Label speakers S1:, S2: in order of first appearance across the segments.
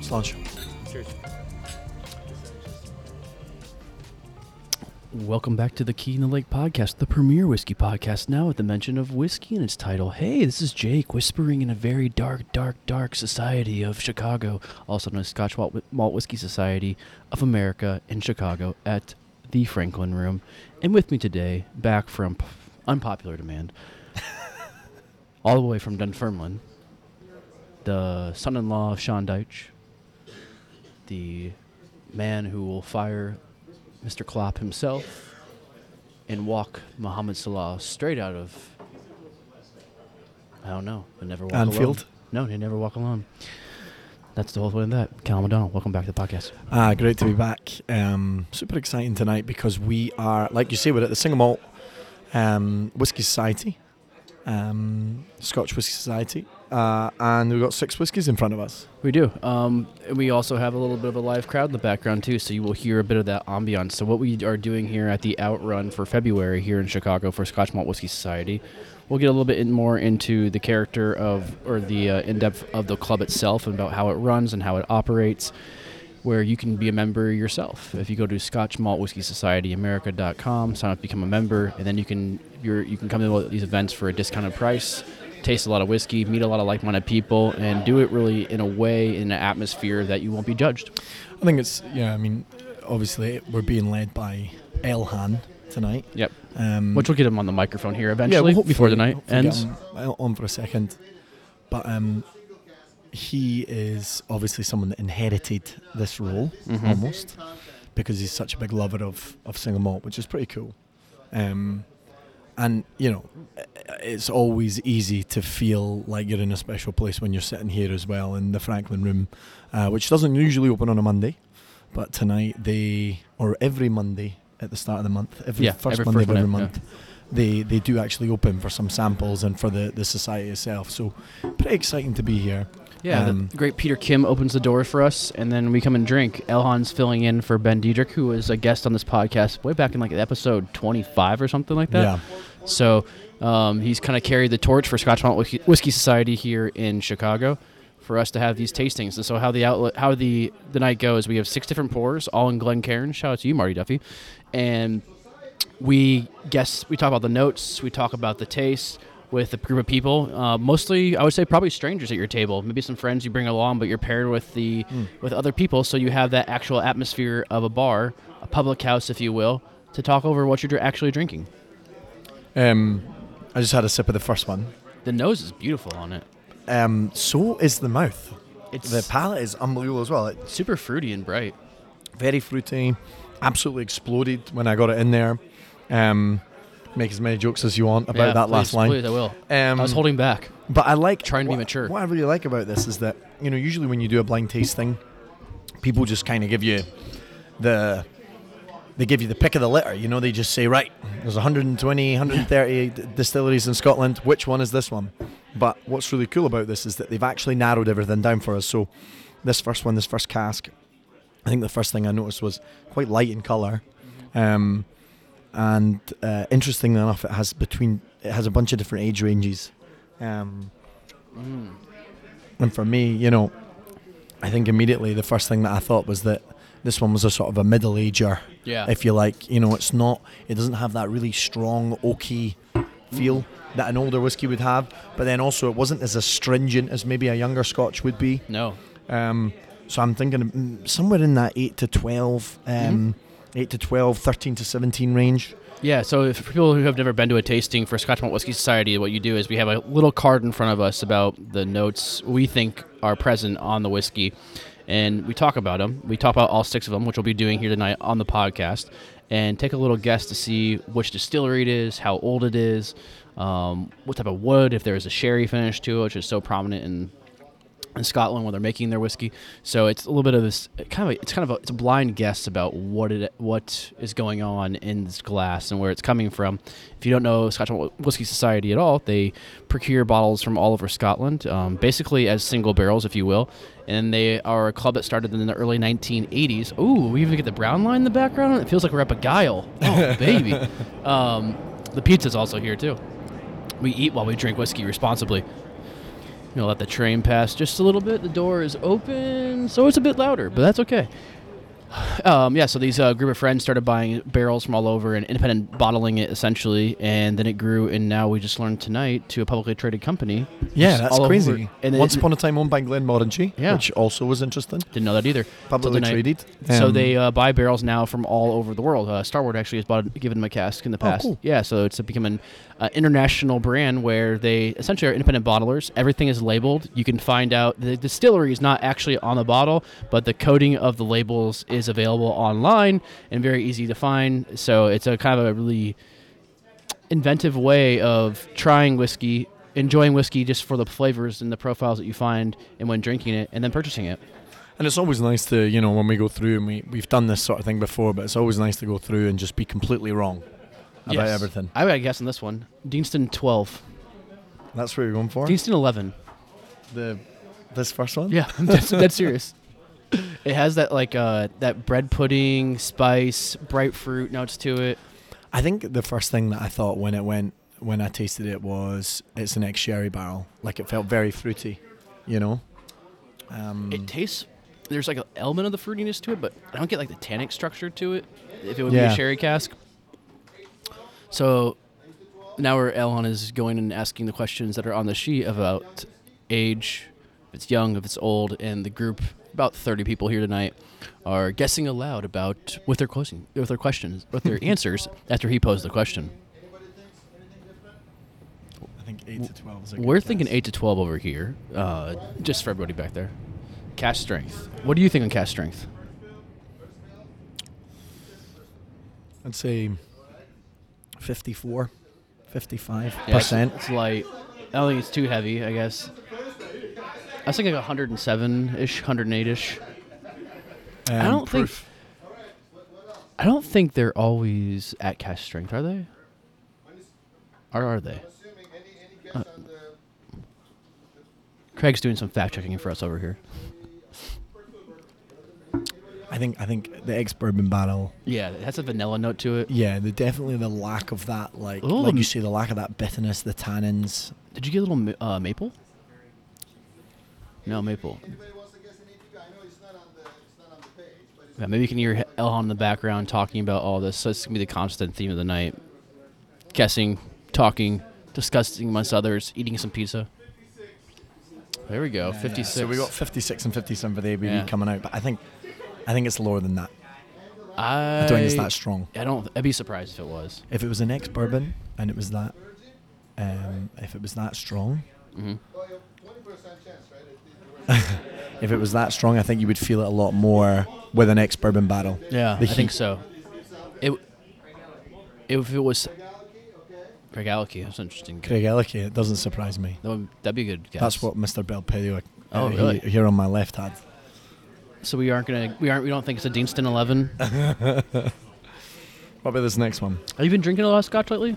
S1: Sláinte.
S2: Welcome back to the Key in the Lake podcast, the premier whiskey podcast now at the mention of whiskey in its title. Hey, this is Jake whispering in a very dark, dark, dark society of Chicago, also known as Scotch Malt Malt Whiskey Society of America in Chicago at the Franklin Room. And with me today, back from p- unpopular demand, all the way from Dunfermline, the son in law of Sean Deitch, the man who will fire Mr. Klopp himself and walk Mohamed Salah straight out of. I don't know. They never walk
S1: Anfield?
S2: alone. No, they never walk alone. That's the whole point of that. Cal McDonald, welcome back to the podcast.
S1: Ah, great to be back. Um, super exciting tonight because we are, like you say, we're at the Single Malt um, Whiskey Society, um, Scotch Whiskey Society, uh, and we've got six whiskies in front of us.
S2: We do. Um, and we also have a little bit of a live crowd in the background too, so you will hear a bit of that ambiance. So what we are doing here at the outrun for February here in Chicago for Scotch Malt Whiskey Society, we'll get a little bit in more into the character of or the uh, in depth of the club itself and about how it runs and how it operates. Where you can be a member yourself. If you go to Scotch Malt Whiskey Society America.com, sign up, become a member, and then you can you're, you can come to these events for a discounted price taste a lot of whiskey, meet a lot of like-minded people, and do it really in a way, in an atmosphere that you won't be judged.
S1: I think it's, yeah, I mean, obviously we're being led by Elhan tonight.
S2: Yep.
S1: Um,
S2: Which we'll get him on the microphone here eventually um, before the night
S1: hopefully
S2: ends.
S1: get him, uh, on for a second. But um, he is obviously someone that inherited this role
S2: Mm-hmm.
S1: almost because he's such a big lover of, of single malt, which is pretty cool. Um, and you know, i- it's always easy to feel like you're in a special place when you're sitting here as well in the Franklin Room, uh, which doesn't usually open on a Monday, but tonight they or every Monday at the start of the month, every
S2: Yeah,
S1: first
S2: every
S1: Monday
S2: first
S1: of every
S2: Monday,
S1: month, they they do actually open for some samples and for the the society itself. So pretty exciting to be here.
S2: Yeah, the-
S1: Um,
S2: the great Peter Kim opens the doors for us, and then we come and drink. Elhan's filling in for Ben Diedrich, who was a guest on this podcast way back in like episode 25 or something like that.
S1: Yeah.
S2: So um, he's kind of carried the torch for Scotch Malt Whiskey, Whiskey Society here in Chicago for us to have these tastings. And so how the outlet, how the the night goes, we have six different pours, all in Glencairn. Shout out to you, Marty Duffy, and we guess we talk about the notes, we talk about the taste with a group of people, uh, mostly I would say probably strangers at your table, maybe some friends you bring along, but you're paired with the with other people, so you have that actual atmosphere of a bar, a public house, if you will, to talk over what you're dr- actually drinking.
S1: Um, I just had a sip of the first one.
S2: The nose is beautiful on it.
S1: Um, so is the mouth.
S2: It's
S1: The palate is unbelievable as well. It,
S2: super fruity and bright.
S1: very fruity, absolutely exploded when I got it in there. Um, make as many jokes as you want about
S2: Yeah,
S1: that last
S2: please,
S1: line.
S2: Please, I will.
S1: Um,
S2: I was holding back.
S1: But I like
S2: Trying to be
S1: what-
S2: mature.
S1: What I really like about this is that you know usually when you do a blind taste thing, people just kind of give you the they give you the pick of the litter. You know, they just say right, there's 120, 130 d- distilleries in Scotland. Which one is this one? But what's really cool about this is that they've actually narrowed everything down for us. So this first one, this first cask, I think the first thing I noticed was quite light in color. Um, and uh, interestingly enough, it has between it has a bunch of different age ranges. Um, And for me, you know, I think immediately the first thing that I thought was that this one was a sort of a middle ager,
S2: Yeah.
S1: if you like. You know, it's not, it doesn't have that really strong oaky feel that an older whiskey would have, but then also it wasn't as astringent as maybe a younger Scotch would be.
S2: no.
S1: Um, so I'm thinking mm, somewhere in that 8 to 12, um, 8 to 12, 13 to 17 range.
S2: Yeah, so if for people who have never been to a tasting for Scotch Malt Whiskey Society, what you do is we have a little card in front of us about the notes we think are present on the whiskey, and we talk about them. We talk about all six of them, which we'll be doing here tonight on the podcast, and take a little guess to see which distillery it is, how old it is, um, what type of wood, if there is a sherry finish to it, which is so prominent in in Scotland when they're making their whiskey. So it's a little bit of this kind of a, it's kind of a, it's a blind guess about what it what is going on in this glass and where it's coming from. If you don't know Scotch Malt Whiskey Society at all, they procure bottles from all over Scotland, um, basically as single barrels, if you will. And they are a club that started in the early 1980s. Ooh, we even get the brown line in the background. It feels like we're up a guile. Oh, baby. Um, the pizza's also here too. We eat while we drink whiskey responsibly. You'll let the train pass just a little bit. The door is open, so it's a bit louder, but that's okay. Um, yeah, so these uh, group of friends started buying barrels from all over and independent bottling it essentially, and then it grew, and now we just learned tonight to a publicly traded company.
S1: Yeah,
S2: Just
S1: that's
S2: all over-
S1: crazy.
S2: and
S1: Once
S2: it,
S1: upon a time owned by Glenmorangie,
S2: Yeah.
S1: which also was interesting.
S2: didn't know that either. till
S1: Publicly
S2: tonight.
S1: traded.
S2: so
S1: Um,
S2: they uh, buy barrels now from all over the world. Uh, Starward actually has bought, given them a cask in the past.
S1: Oh, cool.
S2: Yeah, so it's become an uh, international brand where they essentially are independent bottlers. Everything is labeled. You can find out the distillery is not actually on the bottle, but the coding of the labels is available online and very easy to find. So it's a kind of a really inventive way of trying whiskey. Enjoying whiskey just for the flavors and the profiles that you find, and when drinking it, and then purchasing it.
S1: And it's always nice to, you know, when we go through and we, we've done this sort of thing before, but it's always nice to go through and just be completely wrong about
S2: Yes.
S1: everything.
S2: I would guess on this one. Deanston 12.
S1: That's what we're going for.
S2: Deanston 11.
S1: The this first one?
S2: Yeah, that's, that's serious. It has that like uh, that bread pudding, spice, bright fruit notes to it.
S1: I think the first thing that I thought when it went when I tasted it was it's an ex sherry barrel. Like it felt very fruity, you know? Um,
S2: It tastes there's like an element of the fruitiness to it, but I don't get like the tannic structure to it. If it would be
S1: Yeah.
S2: a sherry cask. So now where Elon is going and asking the questions that are on the sheet about age, if it's young, if it's old, and the group about thirty people here tonight are guessing aloud about with their closing with their questions with their answers after he posed the question.
S1: I think eight to twelve is a good
S2: We're thinking
S1: guess.
S2: eight to twelve over here, uh, just for everybody back there. Cash strength. What do you think on cash strength?
S1: I'd say 54, 55
S2: Yeah, it's-
S1: percent.
S2: It's, light. I don't think it's too heavy. I guess. I was thinking 107 ish, 108 ish. I
S1: Um,
S2: don't think. I don't think they're always at cash strength, are they? Or are they? Uh, Craig's doing some fact checking for us over here.
S1: I think I think the ex bourbon barrel.
S2: Yeah, it has a vanilla note to it.
S1: Yeah, the definitely the lack of that, like
S2: Ooh,
S1: like
S2: the-
S1: you say, the lack of that bitterness, the tannins.
S2: Did you get a little ma- uh, maple? No maple. Yeah, maybe you can hear Elhan in the background talking about all this. So it's gonna be the constant theme of the night: guessing, talking, discussing amongst others, eating some pizza. There we go, fifty-six.
S1: Uh, So we got fifty six and fifty seven for the ABV
S2: Yeah.
S1: coming out, but I think I think it's lower than that.
S2: I,
S1: I don't think it's that strong.
S2: I don't. I'd be surprised if it was.
S1: If it was an ex bourbon and it was that, um, if it was that strong,
S2: Mm-hmm.
S1: if it was that strong, I think you would feel it a lot more with an ex bourbon barrel.
S2: Yeah,
S1: The
S2: I think
S1: heat.
S2: so. It, if it was Craig Alicky, that's interesting.
S1: Craig Ellicky, it doesn't surprise me.
S2: That would, that'd be a good guess.
S1: That's what Mr. Belpedio
S2: Oh,
S1: uh, he-
S2: really?
S1: here on my left had.
S2: So we aren't gonna. We aren't. We don't think it's a Deanston Eleven.
S1: What about this next one?
S2: Have you been drinking a lot of scotch lately?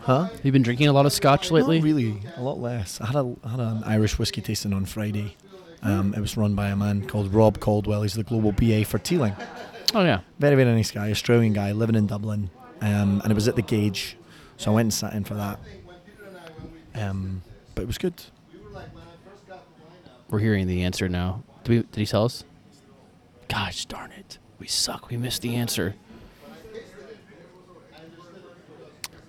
S1: Huh?
S2: Have you been drinking a lot of scotch lately?
S1: Not really, a lot less. I had, a, I had an Irish whiskey tasting on Friday. Um, it was run by a man called Rob Caldwell. He's the global BA for Teeling.
S2: Oh yeah.
S1: Very, very nice guy, Australian guy, living in Dublin. Um, and it was at the Gauge, so I went and sat in for that. Um, but it was good.
S2: We're hearing the answer now. Did, we, did he tell us? Gosh darn it. We suck. We missed the answer.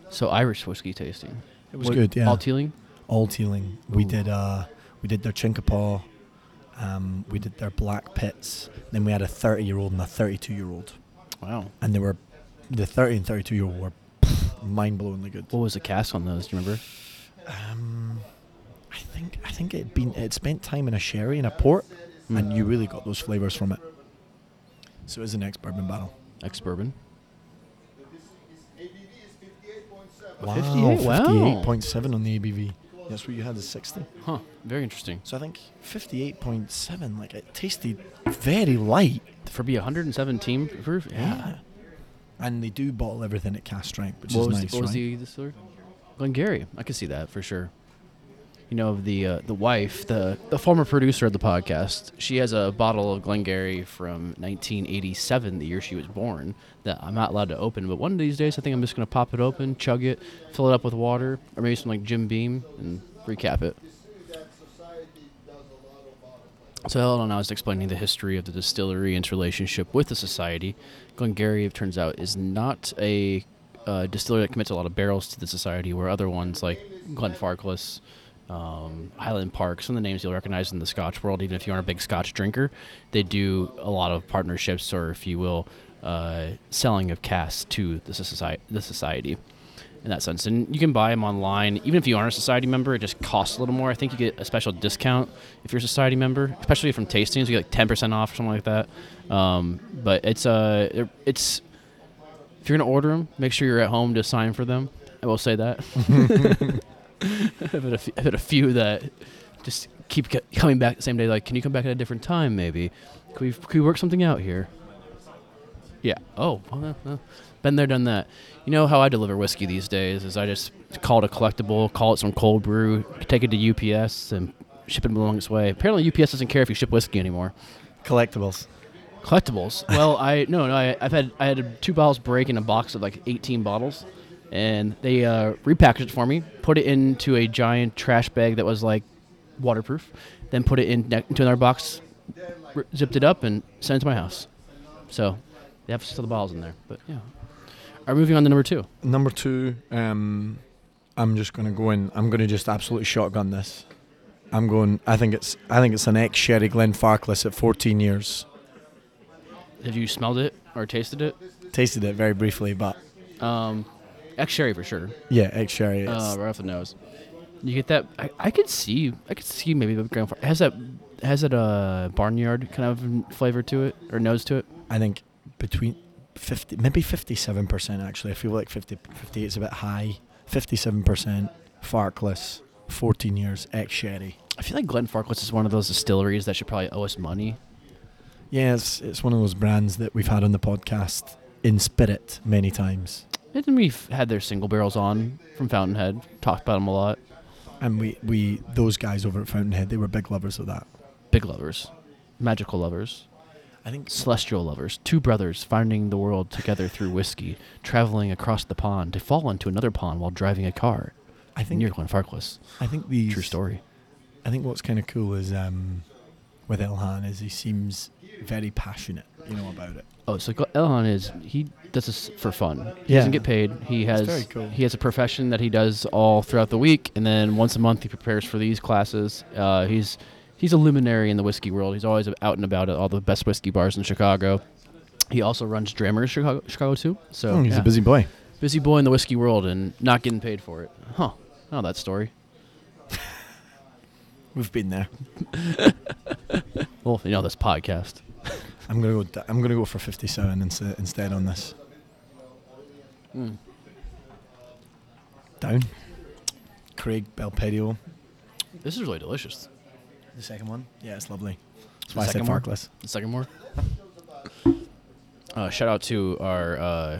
S2: So Irish whiskey tasting. It
S1: was good, yeah.
S2: All teeling?
S1: All Teeling. We did uh, we did their Chinkapaw, um, we did their Black Pits. Then we had a 30 year old and a 32 year old,
S2: Wow.
S1: and they were the 30 and 32 year old were mind blowingly good. Um,
S2: What was the cast on those? Do you remember?
S1: I think I think it'd been it spent time in a sherry and a port, and you really got those flavors from it. So it's an ex bourbon barrel.
S2: Ex bourbon.
S1: Wow,
S2: 58, wow.
S1: 58.7 on the ABV. That's what you had is 60.
S2: Huh. Very interesting.
S1: So I think 58.7. Like it tasted very light.
S2: For be 117 proof? Yeah.
S1: And they do bottle everything at cast strength, which
S2: What
S1: is
S2: was,
S1: nice,
S2: the, what was
S1: right?
S2: the distillery? Glengarry. I could see that for sure. You know, the uh, the wife, the the former producer of the podcast, she has a bottle of Glengarry from 1987, the year she was born, that I'm not allowed to open. But one of these days, I think I'm just gonna pop it open, chug it, fill it up with water, or maybe some like Jim Beam, and recap it. So Helen and I was explaining the history of the distillery and its relationship with the society. Glengarry, it turns out, is not a uh, distillery that commits a lot of barrels to the society, where other ones like Glenfarclas, um, Highland Park, some of the names you'll recognize in the Scotch world, even if you aren't a big Scotch drinker, they do a lot of partnerships or, if you will, uh, selling of casks to the society. The society in that sense. And you can buy them online, even if you aren't a society member. It just costs a little more. I think you get a special discount if you're a society member, especially from tastings. You get like ten percent off or something like that. Um, but it's uh, it- it's if you're gonna order them, make sure you're at home to sign for them. I will say that. I've, had a few, I've had a few that just keep co- coming back the same day. Like, can you come back at a different time? Maybe could we could we work something out here? Yeah. Oh, well, no, no. been there, done that. You know how I deliver whiskey these days is I just call it a collectible, call it some cold brew, take it to UPS and ship it along its way. Apparently, UPS doesn't care if you ship whiskey anymore.
S1: Collectibles.
S2: Collectibles. Well, I no, no. I, I've had I had two bottles break in a box of like 18 bottles, and they uh, repackaged it for me, put it into a giant trash bag that was like waterproof, then put it in ne- into another box, r- zipped it up, and sent it to my house. So they have still the bottles in there, but yeah. Are moving on to number two.
S1: Number two, um, I'm just going to go in. I'm going to just absolutely shotgun this. I'm going. I think it's. I think it's an ex Sherry Glenfarclas at 14 years.
S2: Have you smelled it or tasted it?
S1: Tasted it very briefly, but
S2: Um, ex sherry for sure.
S1: yeah, ex Sherry. It's
S2: Uh, right off the nose. You get that? I, I could see. I could see maybe the ground. It has that? Has that uh, barnyard kind of flavor to it or nose to it?
S1: I think between 50, maybe 57% actually. I feel like 50, 58 is a bit high. 57% Farkless, 14 years, ex Sherry.
S2: I feel like Glenfarclas is one of those distilleries that should probably owe us money.
S1: Yeah, it's, it's one of those brands that we've had on the podcast in spirit many times.
S2: And we've had their single barrels on from Fountainhead. Talked about them a lot.
S1: And we, we those guys over at Fountainhead, they were big lovers of that.
S2: Big lovers, magical lovers,
S1: I think
S2: celestial lovers. Two brothers finding the world together through whiskey, traveling across the pond to fall into another pond while driving a car.
S1: I think
S2: near Glenfarclas.
S1: I think the
S2: True story.
S1: I think what's kind of cool is um, with Ilhan is he seems very passionate, you know, about it.
S2: Oh, so Gl- Elhan is he does this for fun. He
S1: Yeah.
S2: doesn't get paid. He has
S1: very cool.
S2: he has a profession that he does all throughout the week, and then once a month he prepares for these classes. Uh, he's he's a luminary in the whiskey world. He's always out and about at all the best whiskey bars in Chicago. He also runs Drammer's Chicago, Chicago too. So
S1: Oh, he's
S2: yeah.
S1: a busy boy.
S2: busy boy in the whiskey world and not getting paid for it. Huh? Oh, that story.
S1: We've been there.
S2: Well, you know this podcast.
S1: I'm gonna go. d- I'm gonna go for 57 instead, instead on this.
S2: Hmm.
S1: Down. Craig Belperio.
S2: This is really delicious.
S1: The second one. Yeah, it's lovely. That's
S2: The
S1: why I said
S2: second one?
S1: Farkless.
S2: The second more. Uh, shout out to our uh,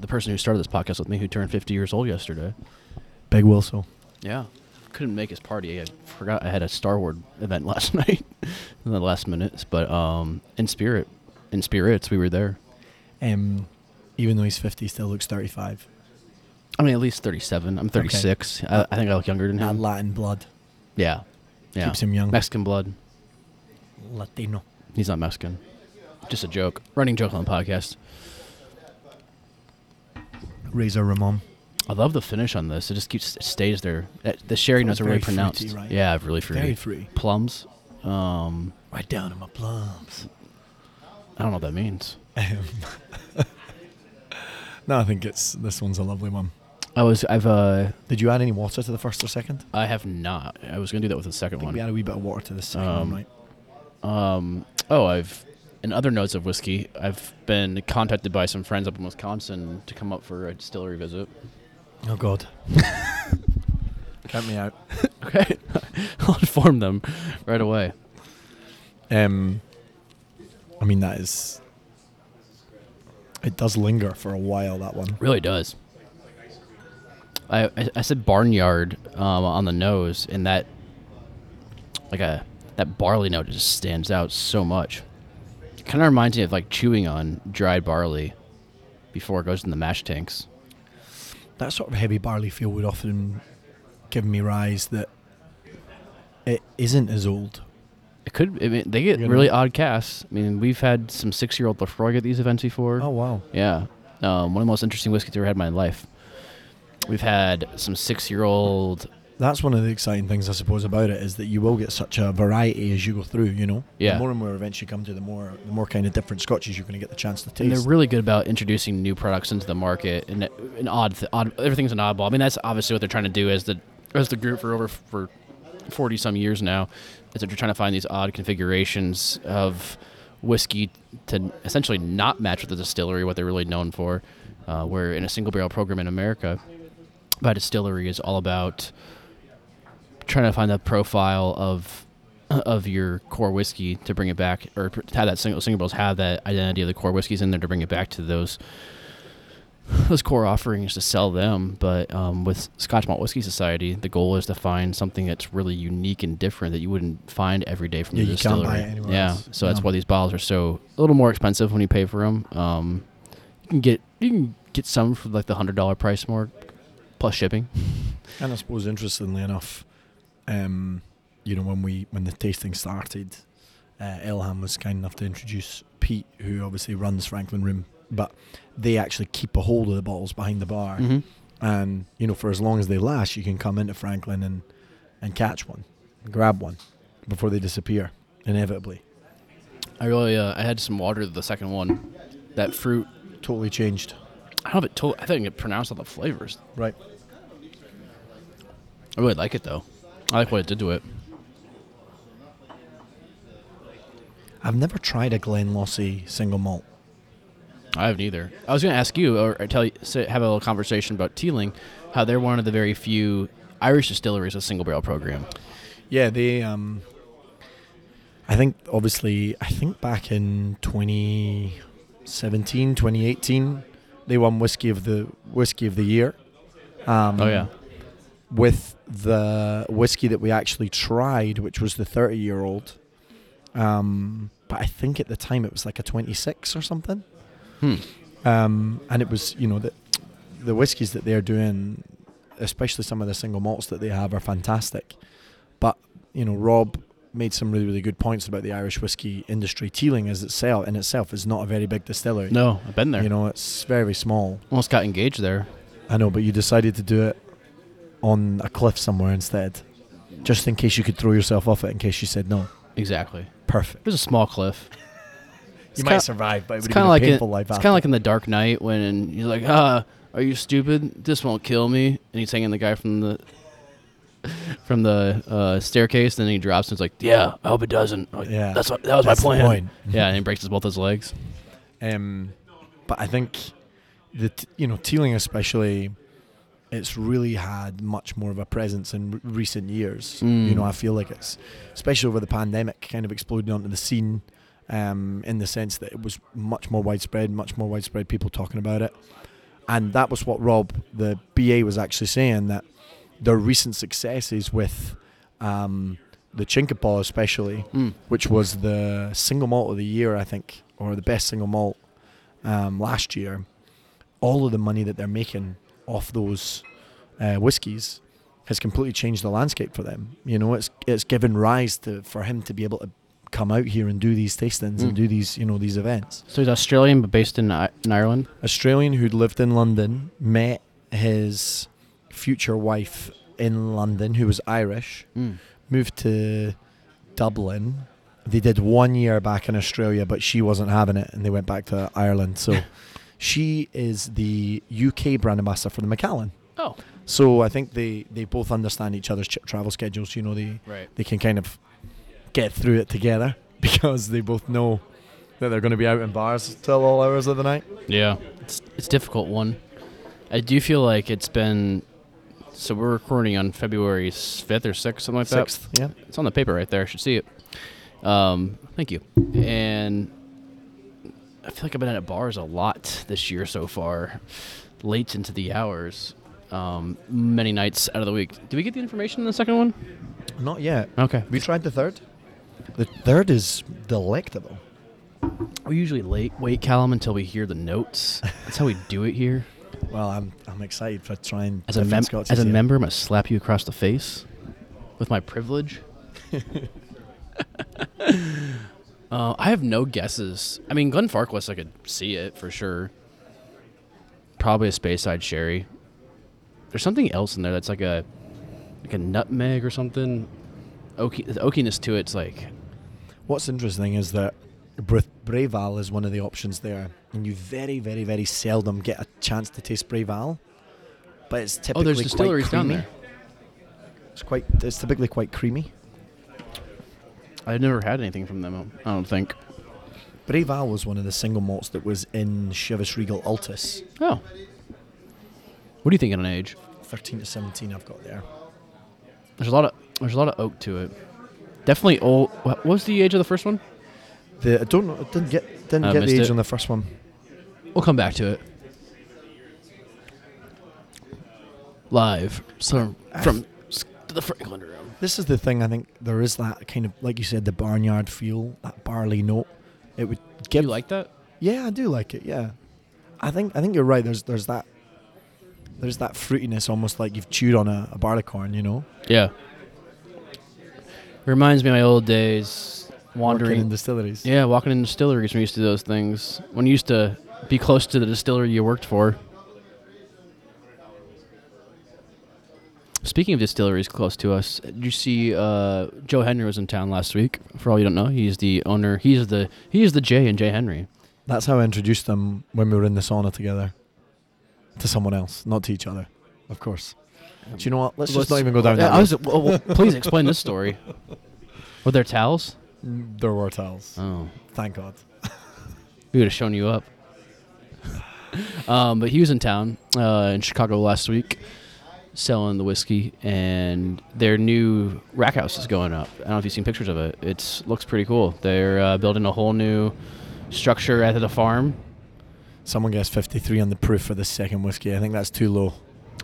S2: the person who started this podcast with me, who turned 50 years old yesterday.
S1: Big Wilson.
S2: Yeah, couldn't make his party. I forgot I had a Star Wars event last night in the last minutes, but um, in spirit, in spirits, we were there.
S1: Um, even though he's 50, still looks 35.
S2: I mean, at least 37. I'm 36. I, I think I look younger than
S1: That
S2: him.
S1: Latin blood,
S2: Yeah, yeah.
S1: Keeps him young.
S2: Mexican blood.
S1: Latino.
S2: He's not Mexican. Just a joke. Running joke on the podcast.
S1: Razor Ramon.
S2: I love the finish on this. It just keeps it stays there. That- The sherry notes are
S1: Very
S2: really pronounced.
S1: fruity, right?
S2: Yeah, really fruity.
S1: Very fruity.
S2: Plums. Um,
S1: Right down in my plums. Um,
S2: I don't know what that means.
S1: No, I think it's this one's a lovely one.
S2: I was I've uh
S1: Did you add any water to the first or second?
S2: I have not. I was gonna do that with the second
S1: I think we
S2: one.
S1: add a wee bit of water to the second
S2: Um,
S1: one, right?
S2: Um, oh, I've in other notes of whiskey, I've been contacted by some friends up in Wisconsin to come up for a distillery visit.
S1: Oh God. Count me out.
S2: Okay, I'll inform them right away.
S1: Um, I mean that is. It does linger for a while. That one.
S2: Really does. I, I, I said barnyard um, on the nose, and that like a that barley note just stands out so much. Kind of reminds me of like chewing on dried barley before it goes in the mash tanks.
S1: That sort of heavy barley feel would often give me rise that it isn't as old.
S2: It could. I mean, they get
S1: You know?
S2: really odd casts. I mean, we've had some six-year-old Lafroy at these events before.
S1: Oh wow.
S2: Yeah, um, one of the most interesting whiskeys I've ever had in my life. We've had some six-year-old.
S1: That's one of the exciting things, I suppose, about it is that you will get such a variety as you go through. You know,
S2: Yeah.
S1: The more and more events you come to, the more the more kind of different scotches you're going to get the chance to
S2: And they're
S1: taste.
S2: really good about introducing new products into the market and an odd, th- odd. Everything's an oddball. I mean, that's obviously what they're trying to do as the as the group for over for forty some years now, is that they're trying to find these odd configurations of whiskey to essentially not match with the distillery what they're really known for. Uh, where in a single barrel program in America, by distillery is all about trying to find the profile of of your core whiskey to bring it back, or pr- have that single single barrels have that identity of the core whiskeys in there to bring it back to those those core offerings to sell them. But um, with Scotch Malt Whiskey Society, the goal is to find something that's really unique and different that you wouldn't find every day from
S1: Yeah,
S2: the
S1: you
S2: distillery.
S1: can't buy it anywhere
S2: yeah,
S1: else.
S2: so that's
S1: No.
S2: why these bottles are so a little more expensive when you pay for them. Um, you can get you can get some for like the hundred dollar price mark plus shipping.
S1: And I suppose, interestingly enough, um, you know, when we when the tasting started, uh, Elham was kind enough to introduce Pete, who obviously runs Franklin Room, but they actually keep a hold of the bottles behind the bar,
S2: Mm-hmm.
S1: and you know, for as long as they last, you can come into Franklin and and catch one, grab one, before they disappear inevitably.
S2: I really uh, I had some water the second one. That fruit
S1: Totally changed,
S2: I don't know if it told I think it pronounced all the flavors.
S1: right?
S2: I really like it though. I like what it did to it.
S1: I've never tried a Glenlossie single malt.
S2: I haven't either. I was going to ask you or I tell you say, have a little conversation about Teeling, how they're one of the very few Irish distilleries with single barrel program.
S1: Yeah, they. Um, I think obviously, I think back in 2017, 2018, they won whiskey of the whiskey of the year. Um,
S2: Oh yeah.
S1: with the whiskey that we actually tried, which was the 30 year old. Um, but I think at the time it was like a 26 or something.
S2: Hmm.
S1: Um, and it was, you know, the, the whiskies that they're doing, especially some of the single malts that they have, are fantastic. But, you know, Rob made some really, really good points about the Irish whiskey industry. Teeling is itself, in itself is not a very big distillery.
S2: No, I've been there.
S1: You know, it's very small.
S2: Almost got engaged there.
S1: I know, but you decided to do it on a cliff somewhere instead, just in case you could throw yourself off it. In case you said no,
S2: Exactly.
S1: perfect.
S2: It was a small cliff.
S1: You
S2: kinda-
S1: survive, but it
S2: It's kind of like in,
S1: painful
S2: it's
S1: life
S2: kind
S1: after.
S2: of like in the Dark Knight when he's like, "Ah, are you stupid? This won't kill me." And he's hanging the guy from the from the uh, staircase. Then he drops and he's like, "Yeah, I hope it doesn't." Like,
S1: Yeah.
S2: that's what, that was
S1: That's the
S2: my plan.
S1: point.
S2: yeah, and he breaks his, both his legs.
S1: Um, but I think that you know Teeling especially, it's really had much more of a presence in r- recent years.
S2: Mm.
S1: You know, I feel like it's especially over the pandemic, kind of exploded onto the scene. Um, in the sense that it was much more widespread, much more widespread people talking about it, and that was what Rob, the BA, was actually saying that their recent successes with um, the Chinkapaw, especially,
S2: Mm.
S1: which was the single malt of the year, I think, or the best single malt um, last year. All of the money that they're making off those uh, whiskies has completely changed the landscape for them. You know, it's it's given rise to for him to be able to come out here and do these tastings
S2: Mm.
S1: and do these you know these events.
S2: So he's Australian but based in, I- in Ireland.
S1: Australian who'd lived in London met his future wife in London, who was Irish moved to Dublin. They did one year back in Australia, but she wasn't having it, and they went back to Ireland. So she is the UK brand ambassador for the Macallan.
S2: Oh,
S1: So I think they, they both understand each other's ch- travel schedules. You know, they
S2: right.
S1: they can kind of get through it together because they both know that they're going to be out in bars till all hours of the night.
S2: Yeah, it's it's a difficult one. I do feel like it's been. So we're recording on February fifth or sixth, something like that.
S1: Sixth, yeah.
S2: It's on the paper right there. I should see it. Um, thank you. And I feel like I've been at bars a lot this year so far, late into the hours, um, many nights out of the week. Did we get the information in the second one?
S1: Not yet.
S2: Okay.
S1: We tried the third. The third is delectable.
S2: We usually late wait Callum until we hear the notes. That's how we do it here.
S1: Well, I'm I'm excited for trying
S2: As a
S1: different
S2: mem-
S1: Scots
S2: as a
S1: this year.
S2: member, I'm gonna slap you across the face with my privilege. Uh, I have no guesses. I mean, Glenfarclas, I could see it for sure. Probably a space side sherry. There's something else in there that's like a like a nutmeg or something. Oaky, the oakiness to it's like
S1: What's interesting is that Br- Breval is one of the options there, and you very, very, very seldom get a chance to taste Breval. But it's typically
S2: oh, there's
S1: quite
S2: distilleries down
S1: creamy.
S2: there.
S1: It's quite. It's typically quite creamy.
S2: I've never had anything from them. I don't think.
S1: Breval was one of the single malts that was in Chivas Regal Altus,
S2: Oh, what do you think in an age?
S1: 13 to 17. I've got there.
S2: There's a lot of there's a lot of oak to it. Definitely old. wha- What was the age of the first one?
S1: The I don't know. I didn't get didn't
S2: I
S1: get the
S2: missed
S1: age
S2: it.
S1: on the first one.
S2: We'll come back to it. Live so from s- the Franklin room.
S1: This is the thing. I think there is that kind of like you said, the barnyard feel, that barley note. It would give
S2: You like that?
S1: Yeah, I do like it. Yeah, I think I think you're right. There's there's that there's that fruitiness, almost like you've chewed on a, a barleycorn. You know,
S2: Yeah. Reminds me of my old days
S1: Working in
S2: wandering.
S1: distilleries.
S2: yeah, walking in distilleries when we used to do those things. When you used to be close to the distillery you worked for. Speaking of distilleries close to us, did you see uh, Joe Henry was in town last week? For all you don't know, he's the owner. He's the he is the J and J Henry.
S1: That's how I introduced them when we were in the sauna together to someone else, not to each other, of course. Do you know what? Let's, just not even go down
S2: Yeah,
S1: that.
S2: I
S1: road.
S2: was, well, well, please explain this story. Were there towels?
S1: Mm, there were towels.
S2: Oh,
S1: Thank God.
S2: we would have shown you up. um, but he was in town uh, in Chicago last week selling the whiskey, and their new rack house is going up. I don't know if you've seen pictures of it. It looks pretty cool. They're uh, building a whole new structure at the farm,
S1: Someone guessed 53 on the proof for the second whiskey. I think that's too low.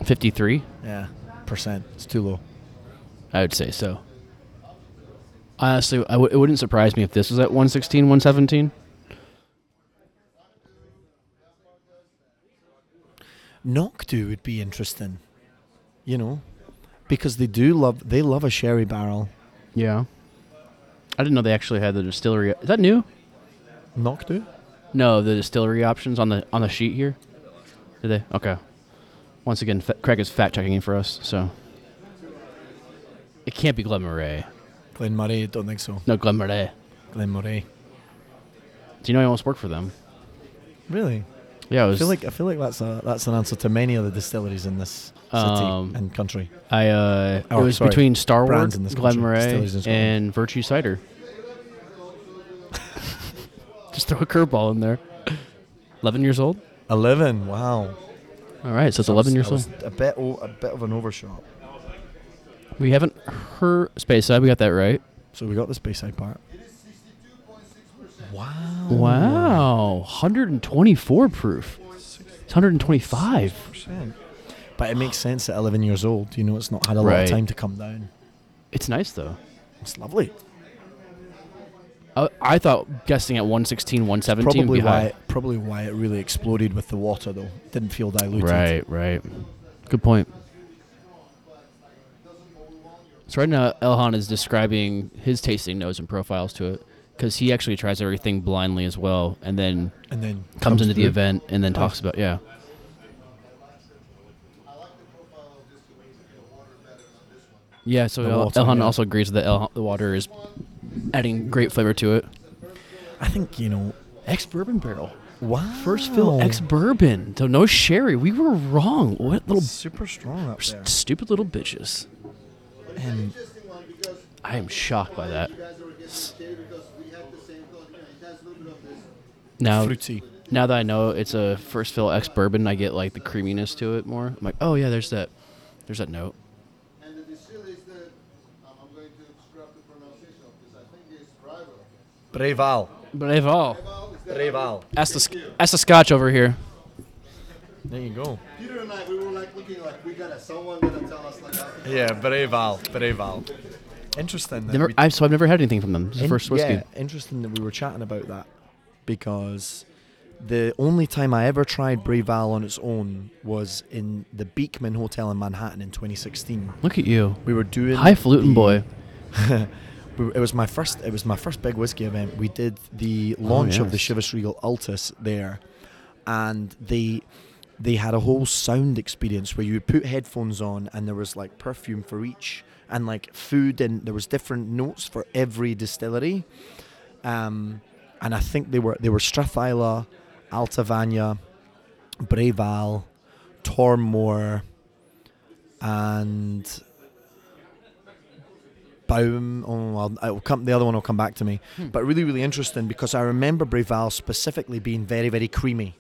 S2: 53.
S1: Yeah, percent. It's too low.
S2: I would say so. Honestly, I w- it wouldn't surprise me if this was at 116, 117.
S1: Noctu would be interesting, you know, because they do love they love a sherry barrel.
S2: Yeah. I didn't know they actually had the distillery. Is that new?
S1: Noctu.
S2: No, the distillery options on the on the sheet here. Did they? Okay. Once again, fa- Craig is fact checking for us, so it can't be Glen Murray.
S1: Glen Murray, don't think so.
S2: No, Glen Murray.
S1: Glen Murray.
S2: Do you know I almost worked for them?
S1: Really?
S2: Yeah, I
S1: I
S2: was.
S1: feel like I feel like that's a that's an answer to many other distilleries in this city
S2: Um,
S1: and country.
S2: I uh,
S1: Oh,
S2: it was
S1: sorry.
S2: between Starward,
S1: Brands in this
S2: Glen
S1: country,
S2: Murray,
S1: distilleries in Scotland.
S2: and Virtue Cider. Just throw a curveball in there. Eleven years old.
S1: Eleven. Wow.
S2: All right, so it's eleven years old.
S1: A bit o- a bit of an overshot.
S2: We haven't heard Space Side. We got that right.
S1: So we got the Speyside part.
S2: Oh,
S1: Wow.
S2: Wow, 124 proof. It's 125.
S1: Percent. But it makes sense at eleven years old. You know, it's not had a lot
S2: Right.
S1: of time to come down.
S2: It's nice though.
S1: It's lovely.
S2: I, I thought guessing at 116, 117 would
S1: Probably
S2: be
S1: why
S2: high.
S1: it, probably why it really exploded with the water though. Didn't feel diluted.
S2: Right, right. Good point. So right now, Elhan is describing his tasting notes and profiles to it because he actually tries everything blindly as well, and then
S1: And then
S2: comes into the
S1: through.
S2: event and then talks about yeah. Yeah, so
S1: The
S2: El-
S1: water,
S2: Elhan
S1: yeah.
S2: also agrees that El- the water is adding great flavor to it.
S1: I think you know.
S2: Ex bourbon barrel,
S1: Wow.
S2: first fill ex bourbon, so no sherry. We were wrong. What little
S1: super strong up there.
S2: stupid little bitches?
S1: And
S2: I am shocked by that. Now,
S1: fruity.
S2: now that I know it's a first fill ex bourbon, I get like the creaminess to it more. I'm like, oh yeah, there's that, there's that note.
S3: And the distillery is the, um, I'm going to scrap the pronunciation of this, I think it's Rival.
S1: Breval.
S2: Bravo.
S1: Breval.
S2: Ask the, sc- ask the scotch over here.
S1: There you go.
S3: Peter and I, we were like looking like, we gotta, someone gotta tell us like how to.
S1: Yeah, Breval. Breval. Interesting. That
S2: Never,
S1: we,
S2: I've, so I've never had anything from them. This is the
S1: in-
S2: first whiskey.
S1: Yeah, interesting that we were chatting about that because the only time I ever tried Breval on its own was in the Beekman Hotel in Manhattan in 2016.
S2: Look at you.
S1: We were doing
S2: Highfalutin
S1: the-
S2: boy.
S1: we- it was my first. It was my first big whiskey event. We did the launch of the
S4: yes.
S1: Chivas Regal Altus there, and they they had a whole sound experience where you would put headphones on, and there was like perfume for each, and like food, and there was different notes for every distillery. Um, and I think they were they were Strathila, Altavania, Breval, Tormore, and Baum. Oh, I'll, I'll come. The other one will come back to me. But really, really interesting because I remember Breval specifically being very, very creamy.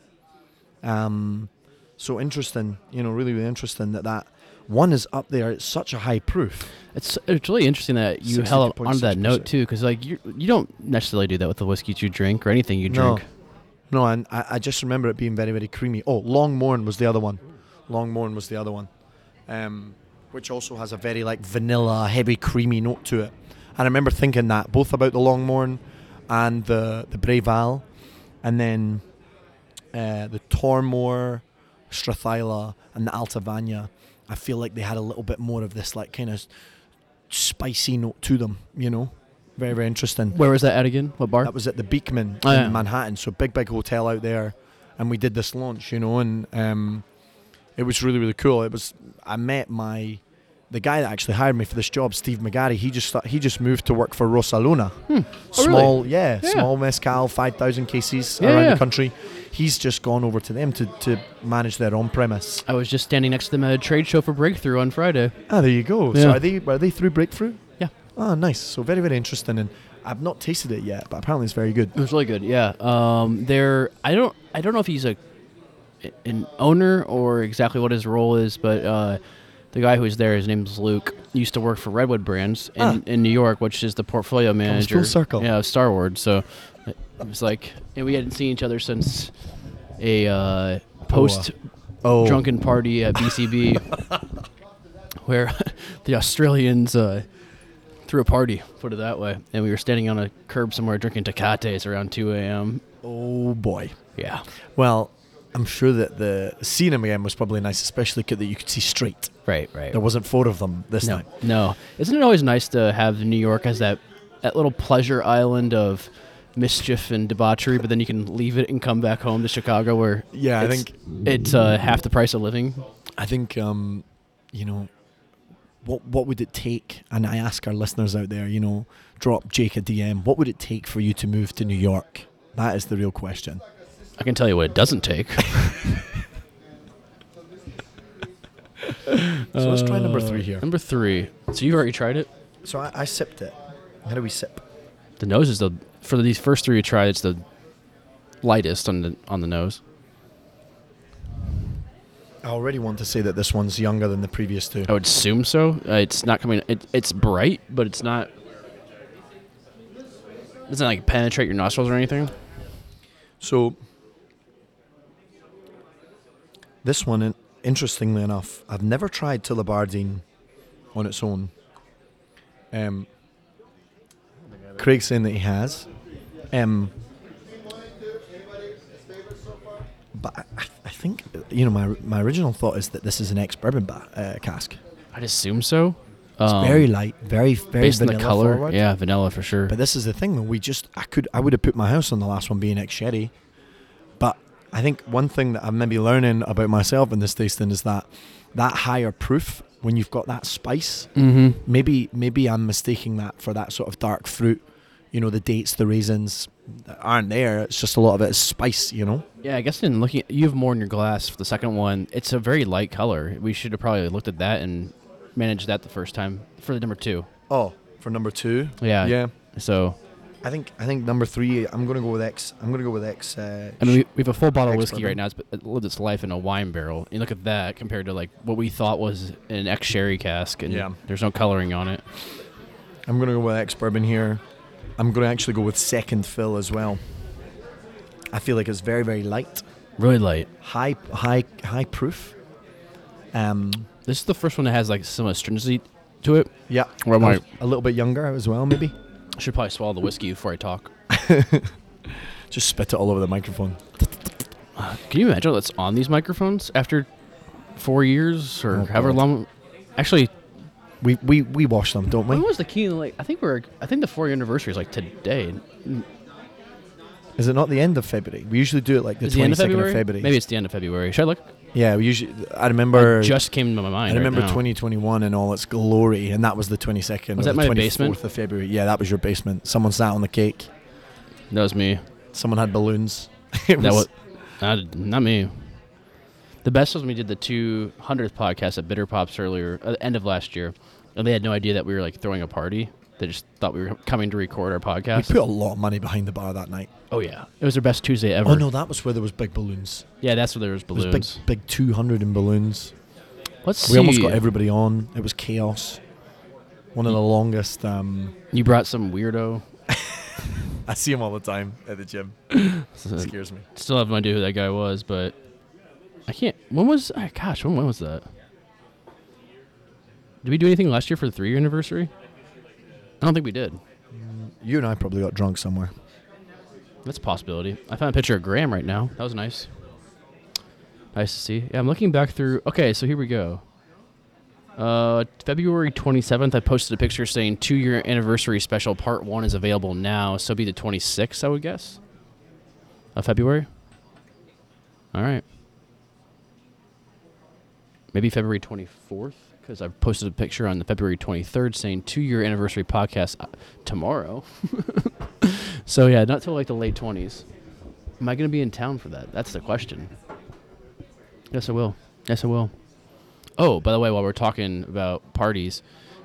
S1: Um, so interesting. You know, really, really interesting that that one is up there. It's such a high proof.
S2: It's it's really interesting that you held onto that note
S1: 62.6%.
S2: too, because like you you don't necessarily do that with the whiskeys you drink or anything you drink.
S1: No, no, and I, I just remember it being very, very creamy. Oh, Long Morn was the other one. Long Morn was the other one, um, which also has a very like vanilla, heavy, creamy note to it. And I remember thinking that both about the Long Morn and the the Breval, and then uh, the Tormore, Strathyla, and the Altavania. I feel like they had a little bit more of this like kind of spicy note to them. You know, very, very interesting.
S2: Where was that at again? What bar?
S1: That was at the Beekman
S2: Oh,
S1: in
S2: yeah.
S1: Manhattan. So big, big hotel out there, and we did this launch, you know, and um, it was really, really cool. It was I met my the guy that actually hired me for this job, Steve McGarry. He just sta- he just moved to work for Rosaluna,
S2: Oh, really?
S1: small yeah,
S2: Yeah.
S1: small mezcal, five thousand cases
S2: Yeah,
S1: around
S2: yeah.
S1: the country. He's just gone over to them to to manage their on premise.
S2: I was just standing next to them at a trade show for Breakthrough on Friday.
S1: Ah, there you go.
S2: Yeah.
S1: So are they are they through breakthrough?
S2: Yeah.
S1: Ah, nice. So very, very interesting, and I've not tasted it yet, but apparently it's very good.
S2: It was really good. Yeah. Um. There. I don't. I don't know if he's a an owner or exactly what his role is, but uh, the guy who's there, his name's Luke. He used to work for Redwood Brands in,
S1: Ah.
S2: in New York, which is the portfolio manager.
S1: circle.
S2: Yeah, of Star Wars. So it was like, and we hadn't seen each other since a uh, post
S1: Oh,
S2: drunken party at BCB, where the Australians uh, threw a party, put it that way, and we were standing on a curb somewhere drinking tecates around 2 a.m.
S1: oh boy.
S2: Yeah,
S1: Well, I'm sure that the seeing him again was probably nice, especially 'cause that you could see straight.
S2: right, right.
S1: There wasn't four of them this
S2: No,
S1: time.
S2: no. Isn't it always nice to have New York as that that little pleasure island of mischief and debauchery, but then you can leave it and come back home to Chicago, where
S1: Yeah, I
S2: it's-
S1: think-
S2: it's uh, half the price of living.
S1: I think, um, you know, what what would it take? And I ask our listeners out there, you know, drop Jake a DM. What would it take for you to move to New York? That is the real question.
S2: I can tell you what it doesn't take.
S1: So let's try number three here.
S2: Number three. So you've already tried it.
S1: So I, I sipped it. How do we sip?
S2: The nose is the for these first three you try. It's the lightest on the on the nose.
S1: I already want to say that this one's younger than the previous two.
S2: I would assume so. Uh, it's not coming. It, it's bright, but it's not. Doesn't like penetrate your nostrils or anything.
S1: So this one, in- interestingly enough, I've never tried Tillabardine on its own. Um, Craig's saying that he has, um, but I, I- I think you know my my original thought is that this is an ex bourbon ba- uh, cask.
S2: I'd assume so. Um,
S1: Very light, very very
S2: based on the
S1: vanilla
S2: color.
S1: forward.
S2: Yeah, vanilla for sure.
S1: But this is the thing though, we just I could I would have put my house on the last one being ex sherry. But I think one thing that I'm maybe learning about myself in this tasting is that that higher proof when you've got that spice,
S2: mm-hmm.
S1: maybe maybe I'm mistaking that for that sort of dark fruit. You know, the dates, the raisins that aren't there. It's just a lot of it is spice, you know?
S2: Yeah, I guess in looking, you have more in your glass for the second one. It's a very light color. We should have probably looked at that and managed that the first time for the number two.
S1: Oh, for number two.
S2: Yeah.
S1: Yeah.
S2: So
S1: I think I think number three, I'm gonna go with X I'm gonna go with X uh,
S2: I mean, we, we have a full bottle of
S1: Thanks,
S2: whiskey
S1: brother.
S2: right now. It's been- it lived its life in a wine barrel. You look at that compared to like what we thought was an ex sherry cask, and
S1: Yeah.
S2: there's no coloring on it.
S1: I'm gonna go with ex bourbon here. I'm gonna actually go with second fill as well. I feel like it's very very light,
S2: Really light.
S1: high high high proof. Um,
S2: This is the first one that has like some astringency to it.
S1: yeah,
S2: Or am
S1: I
S2: I-
S1: was a little bit younger as well, maybe.
S2: I should probably swallow the whiskey before I talk.
S1: Just spit it all over the microphone.
S2: Can you imagine what's on these microphones after four years or
S1: Oh,
S2: however
S1: God.
S2: long? Actually,
S1: We, we, we wash them, don't
S2: When
S1: we?
S2: was the key? Like, I think we're. I think the four year anniversary is like today.
S1: Is it not the end of February? We usually do it like the
S2: Is the
S1: 22nd
S2: end of February?
S1: of February.
S2: Maybe it's the end of February. Should I look?
S1: Yeah, we usually. I remember.
S2: It just came to my mind.
S1: I remember
S2: right now.
S1: 2021 in all its glory, and that was the 22nd.
S2: Was
S1: or
S2: that
S1: the
S2: my
S1: 24th
S2: basement?
S1: of February? Yeah, that was your basement. Someone sat on the cake.
S2: That was me.
S1: Someone had balloons. It
S2: That was not, not me. The best was when we did the 200th podcast at Bitter Pops earlier, uh, end of last year, and they had no idea that we were like throwing a party. They just thought we were coming to record our
S1: We
S2: podcast.
S1: put a lot of money behind the bar that night.
S2: oh yeah, it was their best Tuesday ever.
S1: Oh no, that was where there was big balloons.
S2: Yeah, that's where there was
S1: There
S2: balloons.
S1: was big, big 200 in balloons.
S2: Let's see.
S1: We almost got everybody on. It was chaos. One of the longest. Um,
S2: You brought some weirdo.
S1: I see him all the time at the gym. scares me.
S2: Still have no idea who that guy was, but I can't. When was? ah, gosh, when, when was that? Did we do anything last year for the three year anniversary? I don't think we did.
S1: You and I probably got drunk somewhere.
S2: That's a possibility. I found a picture of Graham right now. That was nice. Nice to see. Yeah, I'm looking back through. Okay, so here we go. Uh, February 27th, I posted a picture saying two year anniversary special part one is available now. So be the 26th, I would guess, of February. All right. Maybe February 24th, because I posted a picture on the February 23rd saying two year anniversary podcast uh, tomorrow. So yeah, not till like the late twenties. Am I going to be in town for that? That's the question. Yes, I will. Yes, I will. Oh, by the way, while we're talking about parties,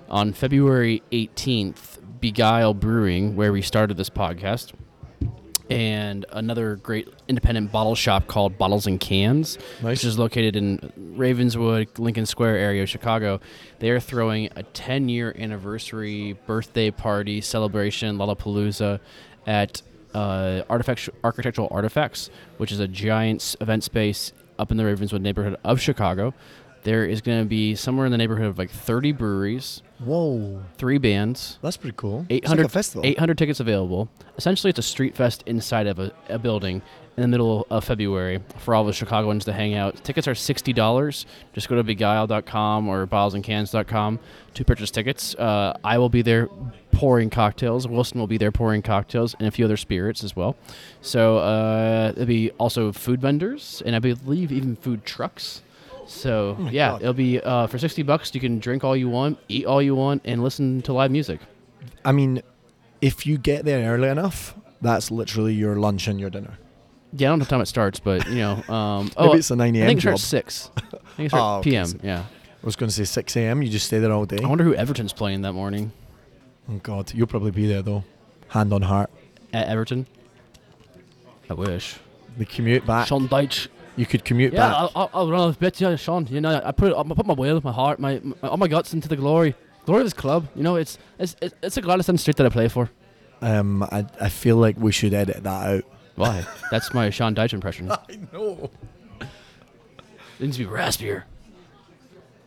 S2: on February eighteenth, Beguile Brewing, where we started this podcast, and another great independent bottle shop called Bottles and Cans,
S1: Nice.
S2: which is located in Ravenswood, Lincoln Square area of Chicago. They are throwing a 10 year anniversary birthday party celebration, Lollapalooza, at uh, Artifact, Architectural Artifacts, which is a giant s- event space up in the Ravenswood neighborhood of Chicago. There is going to be somewhere in the neighborhood of like 30 breweries,
S1: Whoa,
S2: three bands,
S1: that's pretty cool. It's like
S2: 800,
S1: a festival.
S2: 800 tickets available. Essentially, it's a street fest inside of a, a building in the middle of February for all the Chicagoans to hang out. Tickets are $60. Just go to beguile.com or bottlesandcans.com to purchase tickets. Uh, I will be there pouring cocktails. Wilson will be there pouring cocktails and a few other spirits as well. So uh, there'll be also food vendors and I believe even food trucks. So yeah,
S1: Oh God.
S2: it'll be uh, for sixty bucks. You can drink all you want, eat all you want, and listen to live music.
S1: I mean, if you get there early enough, that's literally your lunch and your dinner.
S2: Yeah, I don't know what time it starts, but you know, um,
S1: Maybe
S2: oh,
S1: it's a 9
S2: I think
S1: a.m.
S2: it starts six. I think it starts
S1: Oh, okay,
S2: p.m.
S1: so-
S2: Yeah,
S1: I was going to say 6 a.m. You just stay there all day.
S2: I wonder who Everton's playing that morning
S1: Oh God, you'll probably be there though. Hand on heart.
S2: at Everton. I wish.
S1: The commute back.
S2: Sean Deitch.
S1: You could commute
S2: Yeah,
S1: back.
S2: I'll, I'll, I'll run with Betty Sean. You know, I put it, I put my will, my heart, my, my all my guts into the glory, glory of this club. You know, it's it's it's, it's a Gladstone street that I play for.
S1: um, I, I feel like we should edit that out.
S2: Why? That's my Sean Deitch impression. It
S1: I know.
S2: needs to be raspier.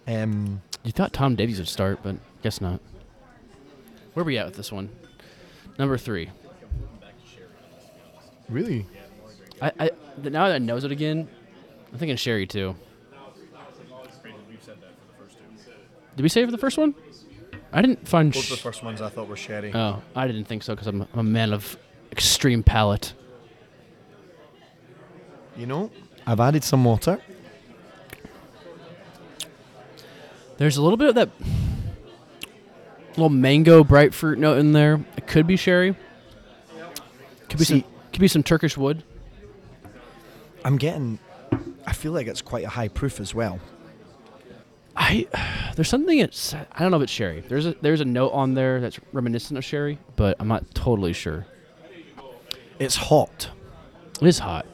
S1: Um,
S2: You thought Tom Davies would start, but guess not. Where are we at with this one? Number three.
S1: really?
S2: I, I th- now that I knows it again, I'm thinking Sherry too. Did we say it for the first one? I didn't find.
S1: Both the
S2: Sh-
S1: first ones I thought were sherry.
S2: oh, I didn't think so because I'm, I'm a man of extreme palate.
S1: you know, I've added some water.
S2: There's a little bit of that little mango bright fruit note in there. It could be sherry. Could be
S1: See-
S2: some. Could be some Turkish wood.
S1: I'm getting. I feel like it's quite a high proof as well.
S2: I there's something it's I don't know if it's sherry. There's a there's a note on there that's reminiscent of sherry, but I'm not totally sure.
S1: It's hot.
S2: It is hot.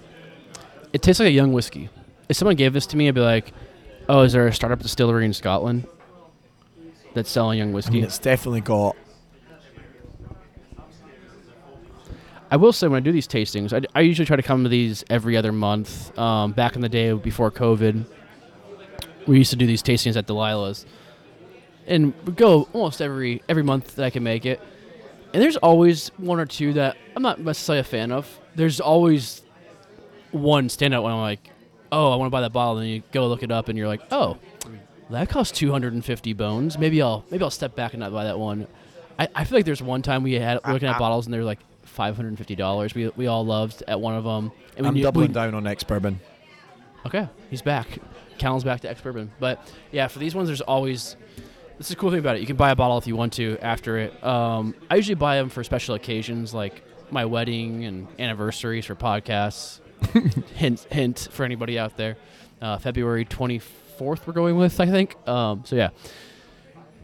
S2: It tastes like a young whiskey. If someone gave this to me, I'd be like, "Oh, is there a startup distillery in Scotland that's selling young
S1: I
S2: whiskey?"
S1: mean, it's definitely got.
S2: I will say when I do these tastings, I, I usually try to come to these every other month. Um, back in the day before COVID, we used to do these tastings at Delilah's, and we go almost every every month that I can make it. And there's always one or two that I'm not necessarily a fan of. There's always one standout when I'm like, "Oh, I want to buy that bottle," and you go look it up, and you're like, "Oh, that costs 250 bones. Maybe I'll maybe I'll step back and not buy that one. I, I feel like there's one time we had looking at bottles and they were like 550 dollars. We, we all loved at one of them. And we
S1: I'm
S2: knew-
S1: doubling
S2: we-
S1: down on ex bourbon.
S2: Okay, he's back. Callan's back to ex bourbon. But yeah, for these ones, there's always. This is the cool thing about it. You can buy a bottle if you want to after it. Um, I usually buy them for special occasions like my wedding and anniversaries for podcasts. hint, hint for anybody out there. Uh, February 24th, we're going with, I think. Um, so yeah,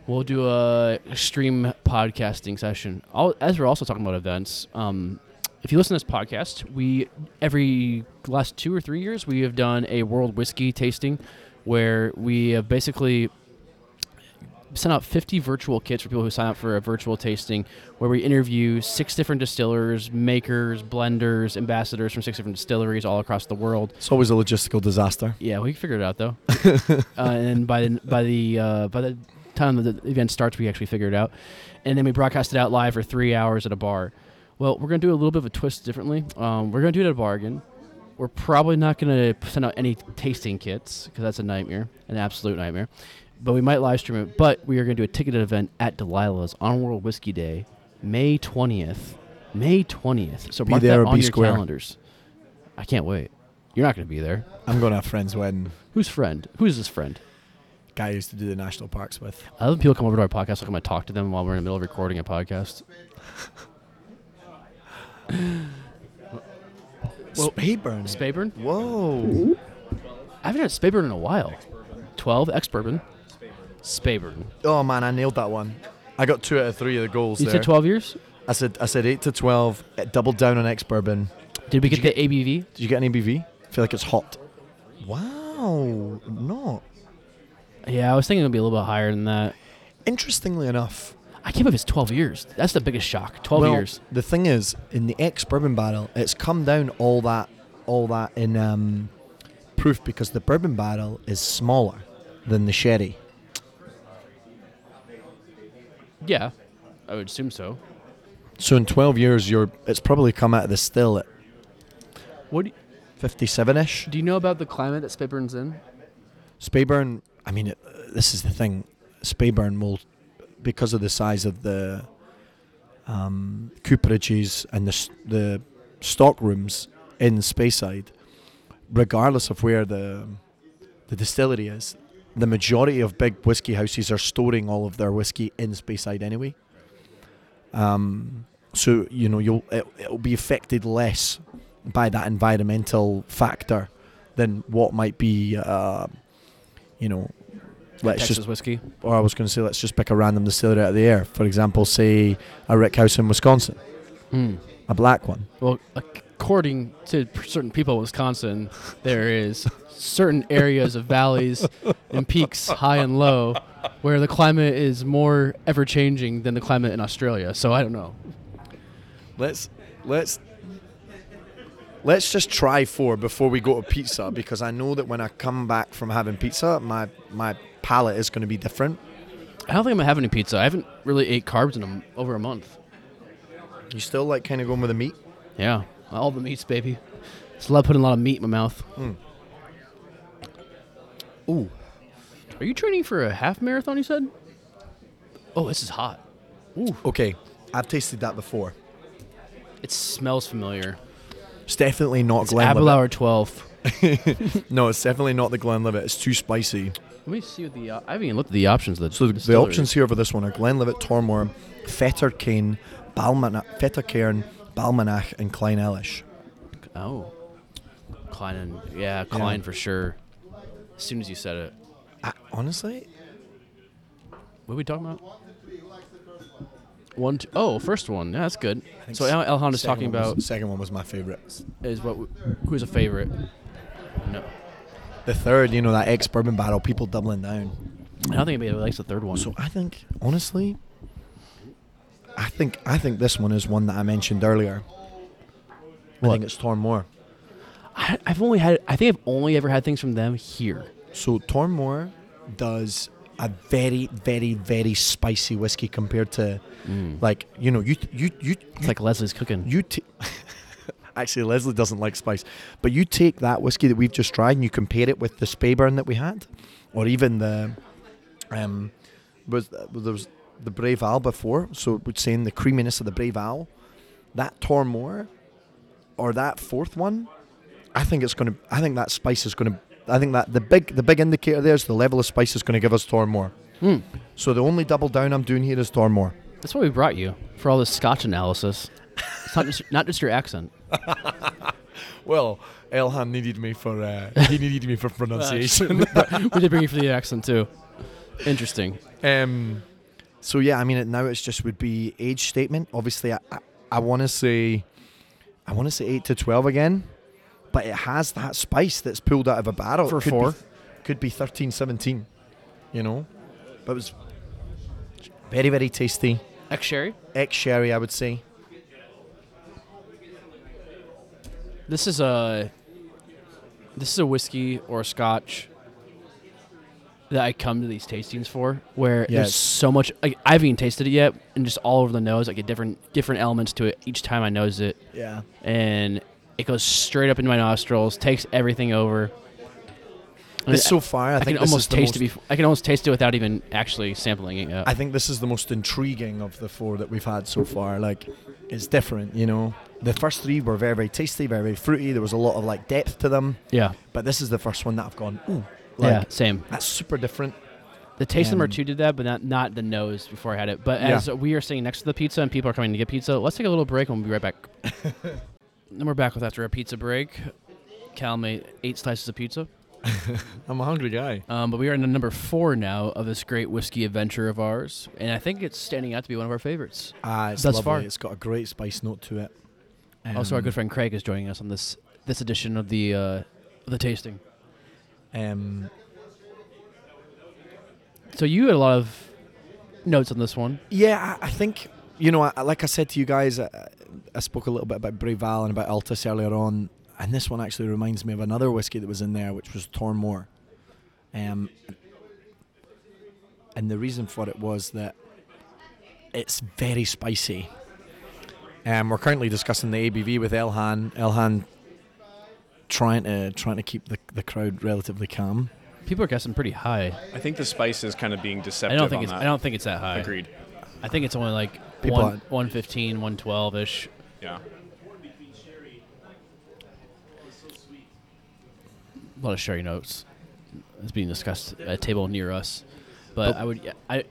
S2: we'll do a extreme podcasting session. All, as we're also talking about events, um, if you listen to this podcast, we every last two or three years we have done a world whiskey tasting, where we have basically sent out 50 virtual kits for people who sign up for a virtual tasting, where we interview six different distillers, makers, blenders, ambassadors from six different distilleries all across the world.
S1: It's always a logistical disaster.
S2: Yeah, we figured it out though. uh, and then by the by the uh, by the time that the event starts, we actually figured it out. And then we broadcast it out live for three hours at a bar. Well, we're gonna do a little bit of a twist differently. Um, we're gonna do it at a bargain. We're probably not gonna send out any tasting kits because that's a nightmare, an absolute nightmare. But we might live stream it. But we are gonna do a ticketed event at Delilah's on World Whiskey Day, May twentieth. May twentieth. So
S1: Be
S2: mark
S1: there or
S2: that on
S1: be
S2: your
S1: square.
S2: calendars. I can't wait. You're not gonna be there.
S1: I'm going to have friends when
S2: Who's friend? Who's this friend?
S1: guy I used to do the national parks with.
S2: I love when people come over to our podcast. Like I'm gonna talk to them while we're in the middle of recording a podcast. Well,
S1: Spayburn.
S2: Spayburn?
S1: Whoa.
S2: I haven't had Spayburn in a while. Twelve ex bourbon. Spayburn.
S1: Oh man, I nailed that one. I got two out of three of the goals
S2: You
S1: there.
S2: said twelve years.
S1: I said I said eight to twelve. It doubled down on ex bourbon.
S2: Did we get the ABV?
S1: Did you get an ABV? I feel like it's hot. Wow, not.
S2: Yeah, I was thinking it'd be a little bit higher than that.
S1: Interestingly enough,
S2: I can't believe it's twelve years. That's the biggest shock. Twelve
S1: well,
S2: years.
S1: the thing is, in the ex bourbon barrel, it's come down all that, all that in um, proof because the bourbon barrel is smaller than the sherry.
S2: Yeah, I would assume so.
S1: So in twelve years, you're it's probably come out of the still at
S2: What do you,
S1: fifty-seven ish.
S2: do you know about the climate that Spayburn's in?
S1: Spayburn, I mean, it, this is the thing. Spayburn will, because of the size of the um, cooperages and the, s- the stock rooms in Speyside, regardless of where the, the distillery is, the majority of big whiskey houses are storing all of their whiskey in Speyside anyway. Um, so, you know, you'll, it, it'll be affected less by that environmental factor than what might be, uh, you know, let's
S2: Texas
S1: just
S2: whiskey.
S1: or I was going to say, let's just pick a random distillery out of the air. For example, say a Rickhouse in Wisconsin,
S2: Hmm.
S1: a black one.
S2: Well, according to certain people in Wisconsin, there is certain areas of valleys and peaks, high and low, where the climate is more ever changing than the climate in Australia. So I don't know.
S1: Let's let's let's just try four before we go to pizza because I know that when I come back from having pizza, my my palate is going to be different.
S2: I don't think I'm gonna have any pizza. I haven't really ate carbs in a m over a month.
S1: You still like kind of going with the meat?
S2: Yeah, all the meats, baby. Just love putting a lot of meat in my mouth.
S1: Ooh,
S2: Are you training for a half marathon? You said. Oh, this is hot.
S1: okay. I've tasted that before.
S2: It smells familiar.
S1: It's definitely not
S2: It's
S1: Glenlivet.
S2: Abelauer 12.
S1: No, it's definitely not the Glenlivet. It's too spicy.
S2: Let me see what the. Uh, I haven't even looked at the options. That
S1: So the, the options here for this one are Glenlivet, Tormore, Fettercairn, Balmana- Fettercairn, Balmanach, and Klein Elish.
S2: Oh. Klein and yeah, Klein for sure. As soon as you said it.
S1: I, honestly,
S2: What are we talking about? One, two, oh, first one. Yeah, that's good. So now Elhan is
S1: second
S2: talking
S1: one was-
S2: about
S1: second one was my favorite.
S2: is what w- who's a favorite. No,
S1: The third, you know, that ex bourbon barrel, people doubling down.
S2: I don't think anybody likes the third one.
S1: So I think, honestly, I think I think this one is one that I mentioned earlier. I think it's Tormore.
S2: I, I've only had. I think I've only ever had things from them here.
S1: So Tormore does a very, very, very spicy whiskey compared to,
S2: Mm.
S1: like, you know, you you you
S2: It's like Leslie's cooking.
S1: you t- actually Leslie doesn't like spice, but you take that whiskey that we've just tried and you compare it with the Spayburn that we had, or even the Um, was uh, there was the Brave Owl before, so it would say in the creaminess of the Brave Owl, that Tormore, or that fourth one, I think it's gonna. I think that spice is gonna. I think that the big the big indicator there is the level of spice is gonna give us Tormore. So the only double down I'm doing here is Tormore.
S2: Hmm. That's why we brought you for all this Scotch analysis. It's not just not just your accent.
S1: Well, Elhan needed me for uh, he needed me for pronunciation.
S2: we did bring you for the accent too. Interesting.
S1: Um, so yeah, I mean, it, now it's just would be age statement. Obviously, I I, I want to say, I want to say eight to twelve again, but it has that spice that's pulled out of a barrel. It
S2: For
S1: could
S2: four.
S1: be, could be 13, 17, you know, but it was very very tasty.
S2: Ex Sherry,
S1: Ex sherry, I would say.
S2: this is a this is a whiskey or a Scotch that I come to these tastings for, where
S1: Yes.
S2: there's so much. I, I haven't even tasted it yet, and just all over the nose, I get different different elements to it each time I nose it,
S1: Yeah.
S2: and it goes straight up into my nostrils, takes everything over. I mean,
S1: This so far, I,
S2: I,
S1: think
S2: can
S1: this is
S2: almost
S1: the
S2: taste
S1: most-
S2: it. Before, I can almost taste it without even actually sampling it.
S1: I think this is the most intriguing of the four that we've had so far. Like, it's different, you know. The first three were very, very tasty, very, very fruity. There was a lot of like depth to them,
S2: yeah,
S1: but this is the first one that I've gone, ooh, like
S2: yeah, same.
S1: that's super different.
S2: The taste number
S1: Um,
S2: two did that, but not not the nose before I had it. But
S1: Yeah.
S2: as we are sitting next to the pizza and people are coming to get pizza, let's take a little break and we'll be right back. then we're back with after a pizza break. Cal made eight slices of pizza.
S1: I'm a hungry guy.
S2: Um, but we are in the number four now of this great whiskey adventure of ours, and I think it's standing out to be one of our favorites.
S1: Ah, it's
S2: Thus
S1: lovely.
S2: far.
S1: It's got a great spice note to it.
S2: also, our
S1: Um,
S2: good friend Craig is joining us on this this edition of the uh, of the tasting.
S1: Um,
S2: So you had a lot of notes on this one.
S1: yeah, I, I think you know, I, like I said to you guys, I, I spoke a little bit about Breval and about Altus earlier on, and this one actually reminds me of another whiskey that was in there, which was Tormore. Um, and the reason for it was that it's very spicy. Um, we're currently discussing the ABV with Elhan. Elhan trying to trying to keep the, the crowd relatively calm.
S2: People are guessing pretty high.
S4: I think the spice is kind of being
S2: I
S4: deceptive
S2: don't think
S4: on
S2: it's
S4: that.
S2: I don't think it's that high.
S4: Agreed.
S2: I think it's only like
S1: People
S2: one,
S1: are-
S2: 115, 112 ish.
S4: Yeah.
S2: A lot of sherry notes. It's being discussed at a table near us. But, I would, I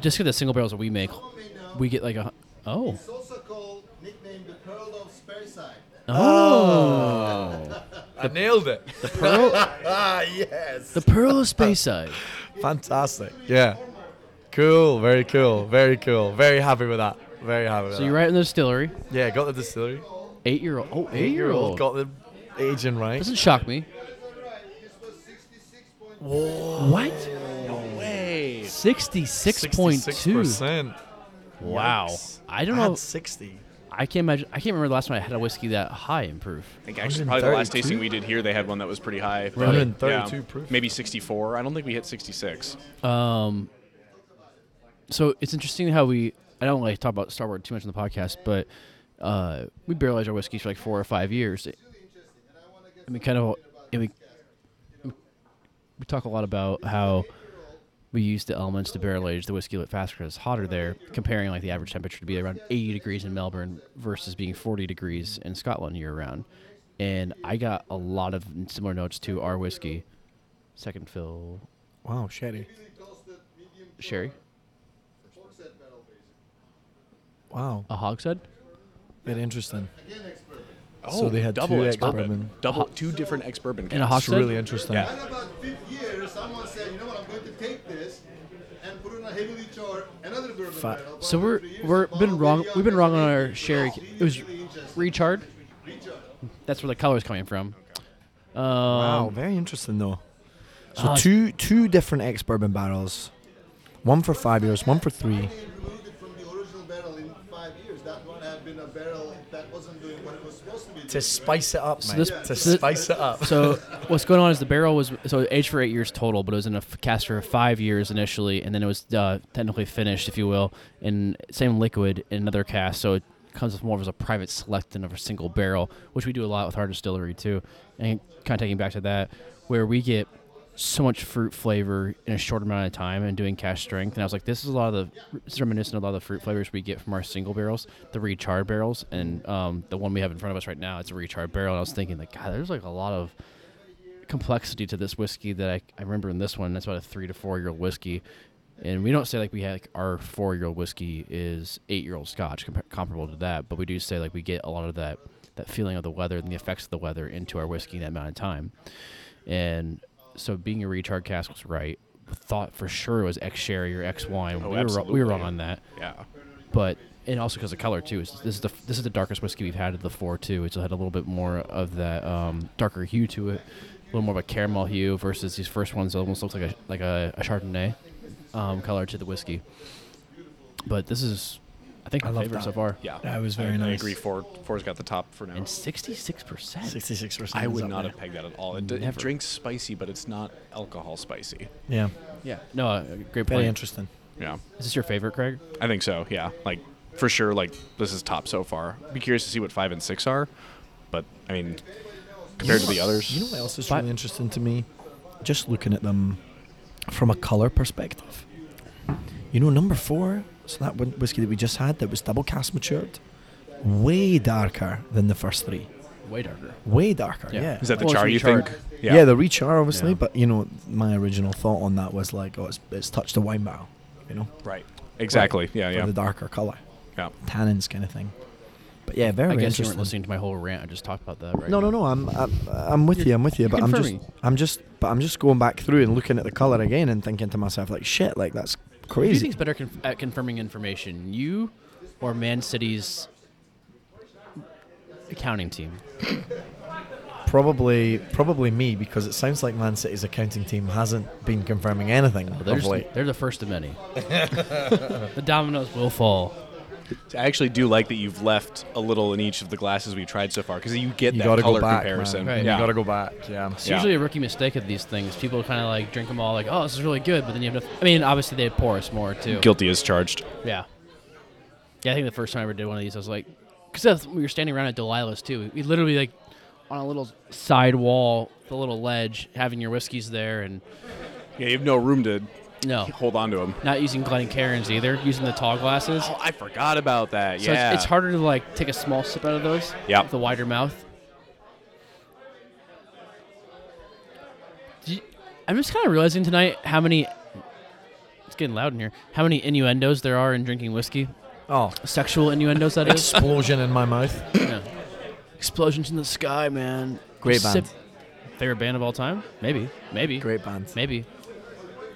S2: just get the single barrels that we make, we get like a, oh.
S3: It's also called, nicknamed the Pearl of Speyside.
S2: Oh.
S1: I nailed it. ah yes.
S2: The Pearl of Speyside.
S1: Fantastic. Yeah. Cool. Very cool. Very cool. Very happy with that. Very happy with
S2: So you're right in the distillery.
S1: Yeah, got the distillery.
S2: Eight year old. Oh, eight year old.
S1: Got the aging right.
S2: Doesn't shock me. What?
S1: Way.
S2: 66.2. Wow.
S1: Yikes.
S2: I don't
S1: I had
S2: know.
S1: 60.
S2: I can't imagine. I can't remember the last time I had a whiskey that high in proof.
S4: I think actually probably the last
S1: 132?
S4: tasting we did here, they had one that was pretty high. but,
S1: 132
S4: yeah,
S1: proof.
S4: Maybe 64. I don't think we hit 66.
S2: Um, so it's interesting how we. I don't like to talk about Star Wars too much on the podcast, but uh, we barrel aged our whiskeys for like four or five years, and we kind of and we we talk a lot about how we use the elements to barrel age the whiskey a little faster because it's hotter there, comparing like the average temperature to be around 80 degrees in Melbourne versus being 40 degrees in Scotland year round. And I got a lot of similar notes to our whiskey. Second fill
S1: Wow, sherry.
S2: sherry.
S1: Wow.
S2: A hogshead?
S1: Very interesting.
S4: Oh,
S1: So they had
S4: double
S1: two
S4: ex-bourbon.
S1: ex-bourbon.
S4: Double, two different ex-bourbon
S2: And a
S4: caps.
S1: That's
S2: hogshead?
S1: really interesting.
S4: Yeah.
S3: Then about fifth year, someone said, you know what, I'm going to take this and put it on a heavily charred another bourbon
S1: Fuck.
S3: barrel.
S2: So
S3: About
S2: we're
S3: three years,
S2: we're
S3: the
S2: been
S3: bottle
S2: wrong.
S3: will be
S2: We've been wrong on our
S3: It's
S2: sherry.
S3: really,
S2: It was
S3: really interesting.
S2: rechard.
S3: Richard.
S2: That's where the color's coming from. Um,
S1: Wow, very interesting though. So
S2: Ah, it's-
S1: two two different ex bourbon barrels, one for five years, one for three.
S3: They removed it from the original barrel in five years. That one had been a barrel that wasn't doing what it was supposed to be doing.
S1: spice it up,
S2: So this-
S1: to
S2: so thi-
S1: spice it up.
S2: So what's going on is the barrel was so aged for eight years total, but it was in a f- caster of five years initially, and then it was uh, technically finished, if you will, in same liquid in another cast. So it comes with more of as a private select than of a single barrel, which we do a lot with our distillery too, and kind of taking back to that, where we get so much fruit flavor in a short amount of time and doing cash strength. And I was like, this is a lot of the it's reminiscent of a lot of the fruit flavors we get from our single barrels, the recharred barrels, and um, the one we have in front of us right now. It's a recharred barrel. And I was thinking, like, God, there's like a lot of complexity to this whiskey that I, I remember in this one. That's about a three to four year old whiskey. And we don't say like we had like our four year old whiskey is eight year old scotch compa- comparable to that, but we do say like we get a lot of that that feeling of the weather and the effects of the weather into our whiskey in that amount of time. And so being a retard cask was right. Thought for sure it was X sherry or X wine.
S4: Oh,
S2: we, were, we
S4: absolutely.
S2: were wrong on that
S4: Yeah.
S2: but and also because of color too. Is this is the this is the darkest whiskey we've had of the four too. It's had a little bit more of that um, darker hue to it, a little more of a caramel hue versus these first ones. that almost looks like a like a, a Chardonnay um, color to the whiskey. But this is, I think, my
S1: love
S2: favorite
S1: that.
S2: so far.
S4: Yeah.
S1: That was
S4: I-
S1: very
S4: I
S1: nice.
S4: agree. Four, four's got the top for now.
S2: and sixty six percent.
S1: Sixty-six percent.
S4: I would not have pegged that at all. It, d- it
S2: Never.
S4: drinks spicy, but it's not alcohol spicy.
S1: Yeah,
S2: Yeah, no, uh, great
S1: very
S2: point.
S1: interesting.
S4: Yeah.
S2: Is this your favorite, Craig?
S4: I think so. Yeah, like for sure. Like this is top so far. Be curious to see what five and six are, but I mean, compared to the others,
S1: You know what else is
S2: But-
S1: really interesting to me? Just looking at them from a color perspective. You know, number four, so that whi- whiskey that we just had that was double cast matured, way darker than the first three.
S2: Way darker.
S1: Way darker.
S2: Yeah.
S1: Yeah.
S4: is that the
S2: Well, it's
S4: char you
S2: recharred.
S4: think?
S1: Yeah. the rechar obviously,
S2: Yeah.
S1: but you know, my original thought on that was like, oh, it's, it's touched a wine barrel, you know,
S4: right. Exactly. Yeah,
S1: for
S4: yeah,
S1: the darker color,
S4: yeah.
S1: tannins kind of thing. But yeah, very
S2: I guess you
S1: interesting.
S2: weren't listening to my whole rant. I just talked about that, right?
S1: No, no, no. I'm, I'm, I'm with you. I'm with you. But I'm just,
S2: confirming.
S1: I'm just, but I'm just going back through and looking at the color again and thinking to myself, like, shit, like that's
S2: Who do you
S1: crazy.
S2: think's better conf- at confirming information, you or Man City's accounting team?
S1: Probably, probably me because it sounds like Man City's accounting team hasn't been confirming anything
S2: They're,
S1: of
S2: just-
S1: late.
S2: they're the first of many. the dominoes will fall.
S4: So I actually do like that you've left a little in each of the glasses we tried so far because you get
S1: You
S4: that
S1: gotta go
S4: color
S1: back, man.
S4: comparison.
S2: Right.
S4: Yeah.
S2: You
S1: go back. Yeah.
S2: It's
S4: Yeah.
S2: usually a rookie mistake of these things. People kind of like drink them all, like, oh, this is really good, but then you have to. I mean, obviously they pour us more too.
S4: Guilty as charged.
S2: Yeah. Yeah, I think the first time I ever did one of these, I was like, because we were standing around at Delilah's too. We literally like on a little side wall, the little ledge, having your whiskeys there, and
S4: Yeah, you have no room to
S2: no,
S4: hold on to them.
S2: not using Glencairns either, using the tall glasses.
S4: Oh, I forgot about that.
S2: So
S4: yeah,
S2: it's, it's harder to like take a small sip out of those.
S4: Yep.
S2: with The wider mouth. Do you- I'm just kind of realizing tonight how many. It's getting loud in here. How many innuendos there are in drinking whiskey?
S1: Oh,
S2: Sexual innuendos, that is.
S1: explosion in my mouth.
S2: Yeah. Explosions in the sky, man.
S1: Great
S2: Just
S1: band.
S2: Favorite band of all time? Maybe. Maybe.
S1: Great band.
S2: Maybe.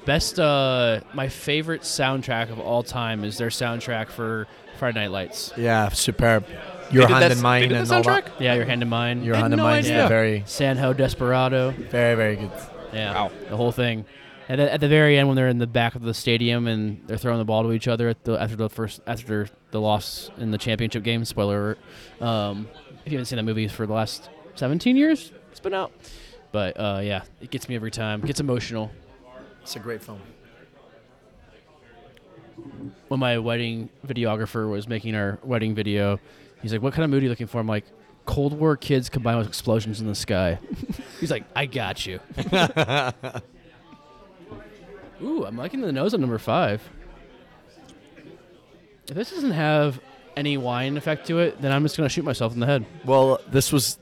S2: Best, uh, my favorite soundtrack of all time is their soundtrack for Friday Night Lights.
S1: Yeah, superb. Your
S4: did
S1: hand
S4: that-
S1: in mine
S4: they did
S1: and
S4: the
S1: all that.
S4: soundtrack?
S2: Yeah, Your Hand in Mine.
S1: Your
S4: Had
S1: hand in
S4: no
S1: mine's
S4: idea.
S1: the very,
S2: Sanho Desperado.
S1: very, very good.
S2: Yeah.
S4: Wow.
S2: The whole thing. And then at the very end, when they're in the back of the stadium and they're throwing the ball to each other at the, after the first after the loss in the championship game, spoiler alert. Um, if you haven't seen that movie for the last 17 years, it's been out. But uh, yeah, it gets me every time. It gets emotional.
S1: It's a great film.
S2: when my wedding videographer was making our wedding video, he's like, "What kind of mood are you looking for?" I'm like, "Cold War kids combined with explosions in the sky." he's like, "I got you." Ooh, I'm liking the nose on number five. If this doesn't have any wine effect to it, then I'm just gonna shoot myself in the head.
S1: Well, this was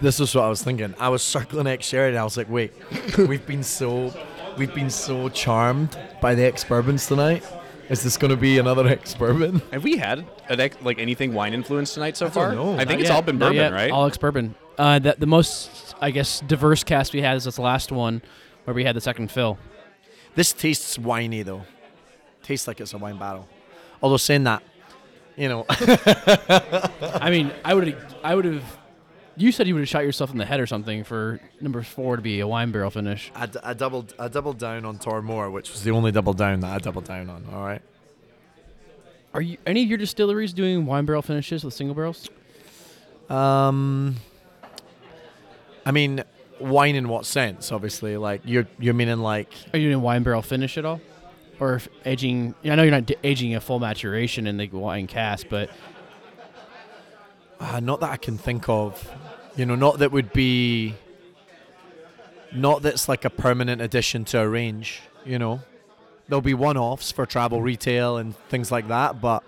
S1: this was what I was thinking. I was circling X Sherry and I was like, wait, we've been so we've been so charmed by the ex bourbons tonight. Is this gonna be another ex bourbon?
S4: Have we had an ex- like anything wine influenced tonight so
S1: don't
S4: far?
S1: know.
S4: I think
S2: Not
S4: it's
S2: yet.
S4: all been
S2: Not
S4: bourbon,
S2: yet.
S4: right?
S2: All ex bourbon. Uh, the, the most, I guess, diverse cast we had is this last one, where we had the second fill.
S1: This tastes winey though. Tastes like it's a wine barrel. Although saying that, you know
S2: I mean, I would I would have. You said you would have shot yourself in the head or something for number four to be a wine barrel finish.
S1: I, d- I doubled I doubled down on Tormore, which was the only double down that I doubled down on, alright?
S2: Are you any of your distilleries doing wine barrel finishes with single barrels?
S1: Um, I mean, wine in what sense? Obviously, like you're you're meaning like
S2: Are you doing wine barrel finish at all, or if aging? I know you're not d- aging a full maturation in the wine cask, but
S1: Ah, uh, not that I can think of, you know, not that would be Not that it's like a permanent addition to a range, you know. There'll be one offs for travel retail and things like that, but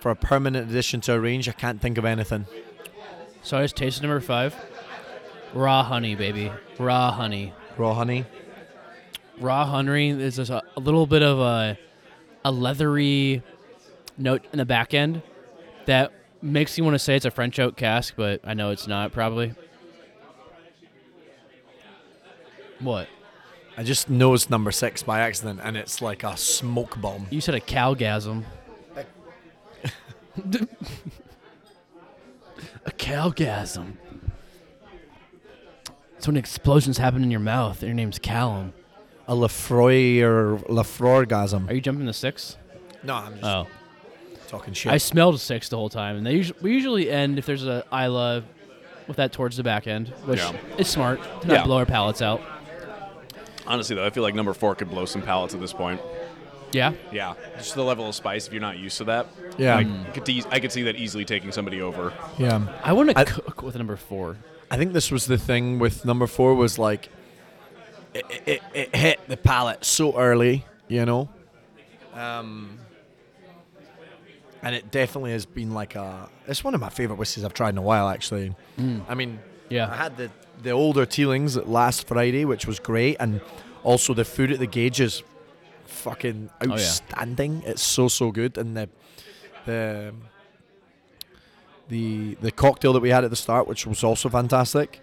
S1: for a permanent addition to a range, I can't think of anything.
S2: So I just tasted number five. Raw honey, baby. Raw honey.
S1: Raw honey.
S2: Raw honey is just a, a little bit of a, a leathery note in the back end that makes you want to say it's a French oak cask, but I know it's not probably. What?
S1: I just nosed number six by accident, and it's like a smoke bomb.
S2: You said a cowgasm. a cowgasm. It's when explosions happen in your mouth. Your name's Callum.
S1: A Lafroy or
S2: Are
S1: Lafroygasm.
S2: you jumping the six?
S1: No, I'm just
S2: Oh,
S1: talking shit.
S2: I smelled a six the whole time, and they usually, we usually end if there's a Isla with that towards the back end, which
S4: Yeah.
S2: is smart to not
S4: Yeah.
S2: blow our palates out.
S4: Honestly, though, I feel like number four could blow some palates at this point.
S2: Yeah,
S4: Yeah, just the level of spice. If you're not used to that,
S1: Yeah.
S4: I could, eas- I could see that easily taking somebody over.
S1: yeah.
S2: I want
S1: I-
S2: to cook with a number four.
S1: I think this was the thing with number four was like it, it- it, it hit the palate so early, you know. Um, and it definitely has been like a. It's one of my favorite whiskeys I've tried in a while, actually. I mean,
S2: Yeah.
S1: I had the the older Tealings last Friday, which was great, and also the food at the Gauge is fucking
S2: yeah.
S1: outstanding. It's so so good, and the the the the cocktail that we had at the start, which was also fantastic.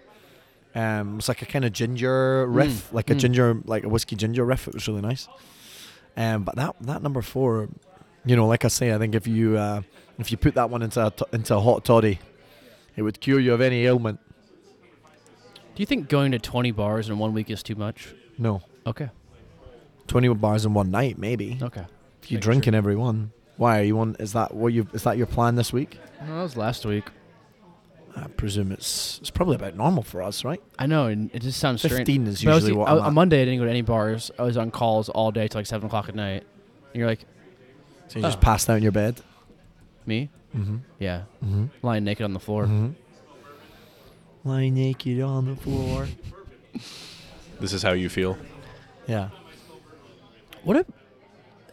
S1: Um, it's like a kind of ginger riff, like a ginger, like a whiskey ginger riff. It was really nice. Um, but that that number four, you know, like I say, I think if you uh, if you put that one into a t- into a hot toddy, it would cure you of any ailment.
S2: Do you think going to 20 bars in one week is too much?
S1: No,
S2: Okay,
S1: twenty bars in one night, maybe.
S2: okay.
S1: if you're
S2: Making sure.
S1: drinking every one, why are you on? Is that what you? Is that your plan this week?
S2: No, that was last week.
S1: I presume it's it's probably about normal for us, right?
S2: I know, and it just sounds strange.
S1: 15 is
S2: But I was- e-,
S1: usually what
S2: I-
S1: I'm
S2: On
S1: at.
S2: Monday, I didn't go to any bars. I was on calls all day till like seven o'clock at night. And you're like,
S1: So you just passed out in your bed.
S2: me?
S1: Mm-hmm.
S2: Yeah,
S1: Mm-hmm.
S2: lying naked on the floor.
S1: Lying naked on the floor.
S4: This is how you feel.
S1: yeah.
S2: What if?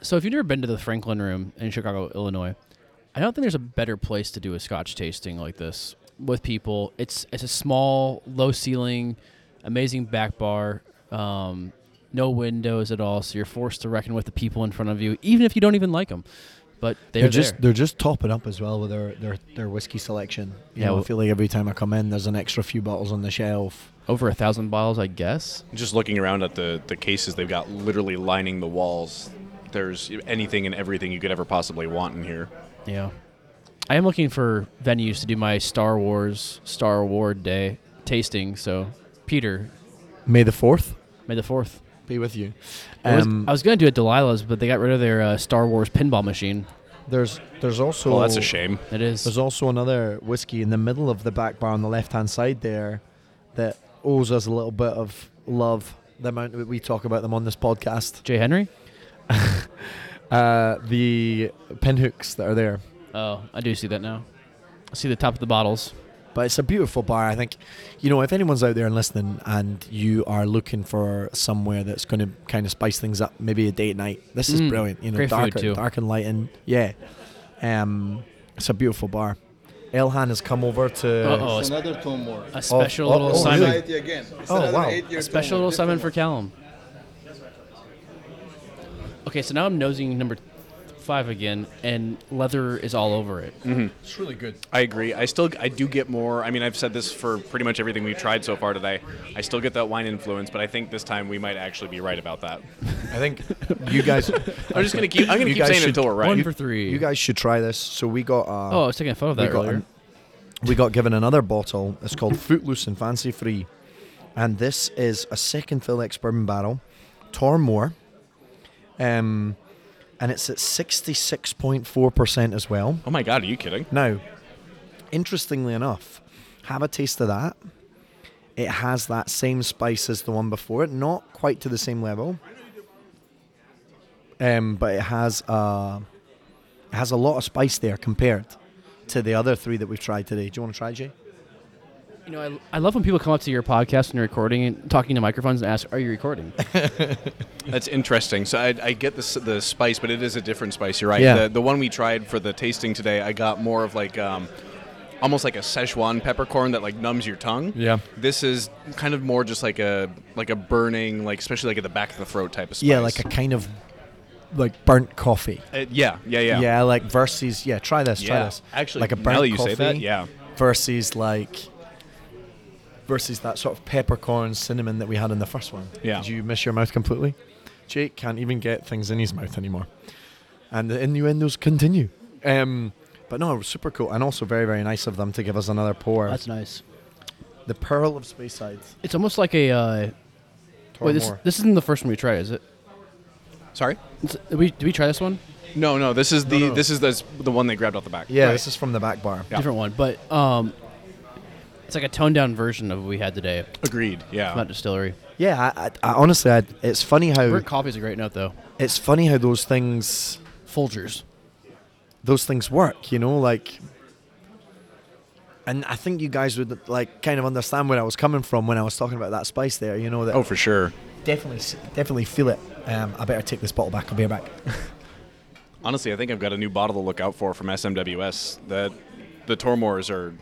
S2: So, if you've never been to the Franklin Room in Chicago, Illinois, I don't think there's a better place to do a Scotch tasting like this with people. It's it's a small, low ceiling, amazing back bar, um, no windows at all, so you're forced to reckon with the people in front of you, even if you don't even like them. But they're,
S1: They're, just
S2: there.
S1: they're just topping up as well with their their, their whiskey selection. You
S2: Yeah,
S1: know,
S2: well-
S1: I feel like every time I come in, there's an extra few bottles on the shelf.
S2: over a thousand bottles, I guess.
S4: Just looking around at the the cases they've got literally lining the walls. There's anything and everything you could ever possibly want in here.
S2: Yeah. I am looking for venues to do my Star Wars Star Ward Day tasting. So, Peter,
S1: May the fourth
S2: May the Fourth.
S1: be with you.
S2: I was-
S1: Um,
S2: I was going to do it Delilah's, but they got rid of their uh, Star Wars pinball machine.
S1: there's there's also
S4: Well, that's a shame.
S2: It is.
S1: There's also another whiskey in the middle of the back bar on the left hand side there that owes us a little bit of love. The amount that we talk about them on this podcast,
S2: Jay Henry?
S1: uh, the pinhooks that are there.
S2: Oh, I do see that now. I see the top of the bottles.
S1: but it's a beautiful bar. I think, you know, if anyone's out there and listening and you are looking for somewhere that's going to kind of spice things up, maybe a date night, this is
S2: Mm,
S1: brilliant. You know,
S2: great food
S1: dark,
S2: too.
S1: dark and light and yeah, um, it's a beautiful bar. Elhan has come over to.
S2: Uh-oh.
S3: It's another two more.
S2: Oh, A special
S1: oh,
S2: little
S1: oh,
S2: assignment.
S1: really?
S3: 80 again. It's
S1: Oh,
S3: another
S1: wow.
S3: eight-year
S2: A special
S3: two more,
S2: little assignment for
S3: different
S2: Callum. Okay, so now I'm nosing number five again, and leather is all over it.
S1: It's really good.
S4: I agree. I still I do get more. I mean, I've said this for pretty much everything we've tried so far today. I still get that wine influence, but I think this time we might actually be right about that.
S1: I think you guys.
S4: I'm just gonna keep. I'm gonna
S1: You
S4: keep
S1: guys
S4: saying it
S1: should-
S4: until we're right.
S2: One for three.
S1: You guys should try this. So we got. Uh,
S2: oh, I was taking a photo of
S1: we
S2: that
S1: got
S2: earlier.
S1: an- we got given another bottle. It's called Footloose and Fancy Free, and this is a second fill ex bourbon barrel, Tormore, um, and it's at sixty six point four percent as well.
S4: oh my god, are you kidding?
S1: Now, interestingly enough, have a taste of that. It has that same spice as the one before it, not quite to the same level, um, but it has a, it has a lot of spice there compared to the other three that we've tried today. Do you want to try, Jay?
S2: You know, I, I love when people come up to your podcast and you're recording and talking to microphones and ask, "Are you recording?"
S4: That's interesting. So I, I get the s- the spice, but it is a different spice. You're right.
S1: Yeah.
S4: The, the one we tried for the tasting today, I got more of like um, almost like a Szechuan peppercorn that like numbs your tongue.
S1: Yeah.
S4: This is kind of more just like a like a burning, like especially like at the back of the throat type of spice.
S1: Yeah, like a kind of like burnt coffee.
S4: Uh, yeah, yeah, yeah,
S1: Yeah, like versus yeah. Try this. Try
S4: Yeah.
S1: this.
S4: Actually,
S1: like a
S4: now
S1: burnt
S4: that you
S1: coffee.
S4: say that, yeah.
S1: Versus like versus that sort of peppercorn cinnamon that we had in the first one.
S4: Yeah.
S1: Did you miss your mouth completely? Jake can't even get things in his mouth anymore, and the innuendos continue. Um, but no, it was super cool, and also very very nice of them to give us another pour.
S2: That's nice.
S1: the pearl of Speyside.
S2: It's almost like a. Uh, wait, this
S1: Tormore.
S2: this isn't the first one we try, is it?
S4: Sorry.
S2: It's, did we did we try this one?
S4: No, no. This is the
S1: no.
S4: this is the the one they grabbed off the back.
S1: yeah,
S2: right.
S1: this is from the back bar.
S4: Yeah.
S2: Different one, but um, it's like a toned down version of what we had today at
S4: Agreed. Yeah.
S2: Mount Distillery.
S1: Yeah, I, I, I honestly, I, it's funny how
S2: Burnt coffee is a great note, though.
S1: it's funny how those things
S2: Folgers.
S1: those things work, you know, like and I think you guys would like kind of understand where I was coming from when I was talking about that spice there, you know that
S4: Oh, for sure.
S1: definitely s- definitely feel it. Um, I better take this bottle back. I'll be right back.
S4: Honestly, I think I've got a new bottle to look out for from SMWS. That the Tormors are.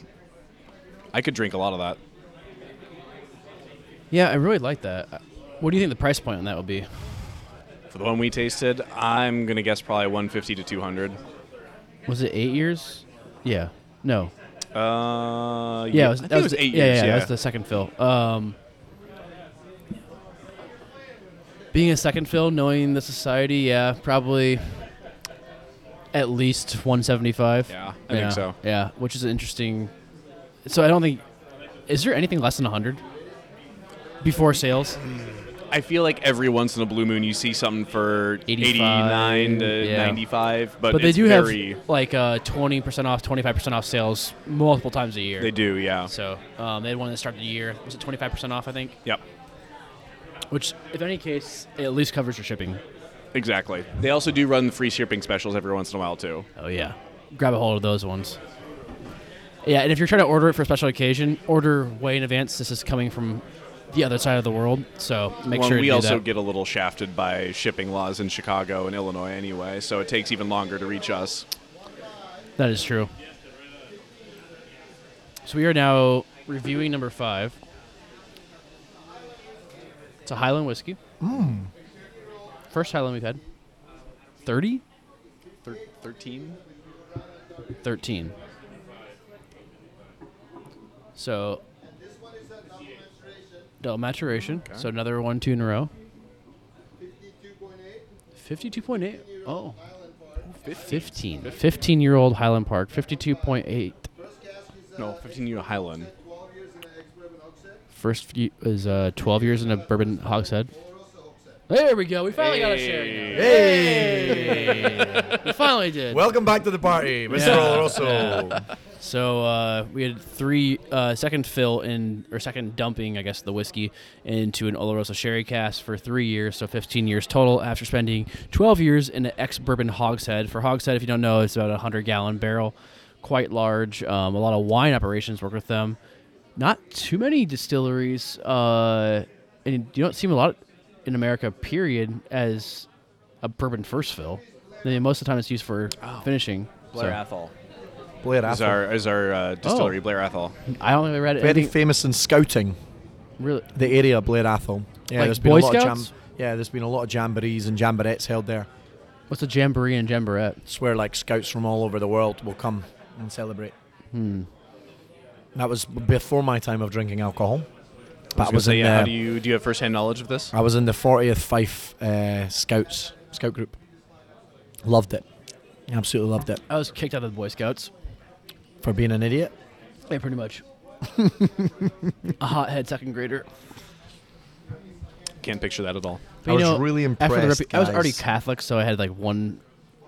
S4: I could drink a lot of that.
S2: Yeah, I really like that. Uh, What do you think the price point on that would be?
S4: For the one we tasted, I'm gonna guess probably 150 to 200.
S2: Was it eight years? Yeah. No.
S4: Uh,
S2: Yeah, it was,
S4: I think
S2: that
S4: it
S2: was
S4: was
S2: the-
S4: eight
S2: yeah,
S4: years.
S2: Yeah,
S4: Yeah,
S2: that was the second fill. Um, being a second fill, knowing the society, yeah, probably at least 175.
S4: Yeah, I think
S2: Yeah,
S4: so.
S2: Yeah, which is interesting. So I don't think. Is there anything less than 100 before sales?
S4: Mm, I feel like every once in a blue moon you see something for 89 to
S2: yeah.
S4: 95, but,
S2: But they
S4: it's
S2: do
S4: very,
S2: have like uh, 20% off, 25% off sales multiple times a year.
S4: They do, yeah.
S2: So um, they had one that started the year. Was it 25% off, I think?
S4: Yep.
S2: Which, if any case, it at least covers your shipping.
S4: Exactly. They also do run free shipping specials every once in a while too.
S2: Oh yeah, grab a hold of those ones. Yeah, and if you're trying to order it for a special occasion, order way in advance. This is coming from the other side of the world, so make
S4: Well,
S2: sure to
S4: we
S2: do
S4: also
S2: that.
S4: get a little shafted by shipping laws in Chicago and Illinois anyway, so it takes even longer to reach us.
S2: that is true. So we are now reviewing number five. It's a Highland whiskey. First Highland we've had. 30?
S4: Thirteen.
S2: 13. So, double maturation. So, another one, two in a row. 52.8. Oh. 15. 15 year old Highland Park. 52.8.
S4: No, 15 year Highland.
S2: First few is uh, 12 years in a bourbon hogshead. There we go. We finally got a share. now. We finally did.
S1: Welcome back to the party, Mr.
S2: Yeah.
S1: Oloroso.
S2: So uh, we had three uh, second fill in or second dumping, I guess, the whiskey into an Oloroso sherry cask for three years, so 15 years total. After spending 12 years in an ex-bourbon hogshead. For hogshead, if you don't know, it's about a 100-gallon barrel, quite large. Um, a lot of wine operations work with them. Not too many distilleries, uh, and you don't see 'em a lot in America. Period, as a bourbon first fill. I mean, most of the time, it's used for finishing. so.
S4: Athol
S1: Blair
S4: is
S1: Apple.
S4: our is our uh,
S2: Oh.
S4: distillery. Blair Athol.
S2: I don't think I read it.
S1: Very
S2: anything-
S1: famous in scouting,
S2: Really?
S1: the area of Blair Athol. Yeah,
S2: Like
S1: there's been a
S2: Boy
S1: lot
S2: Scouts?
S1: of jam- Yeah, there's been a lot of jamborees and jamborettes held there.
S2: What's a jamboree and jamborette?
S1: It's where like scouts from all over the world will come and celebrate.
S4: Hmm.
S1: That was before my time of drinking alcohol. But I was,
S4: gonna say,
S1: in
S4: yeah, how
S1: the,
S4: do you do you have firsthand knowledge of this?
S1: I was in the 40th Fife uh, Scouts Scout group. Loved it. Absolutely loved it
S2: I was kicked out of the Boy Scouts.
S1: for being an idiot.
S2: Yeah, pretty much. a hothead second grader.
S4: Can't picture that at all.
S2: But
S1: I
S2: you
S1: was
S2: know,
S1: really
S2: after the
S1: impressed,
S2: I was already
S1: guys.
S2: Catholic, so I had like one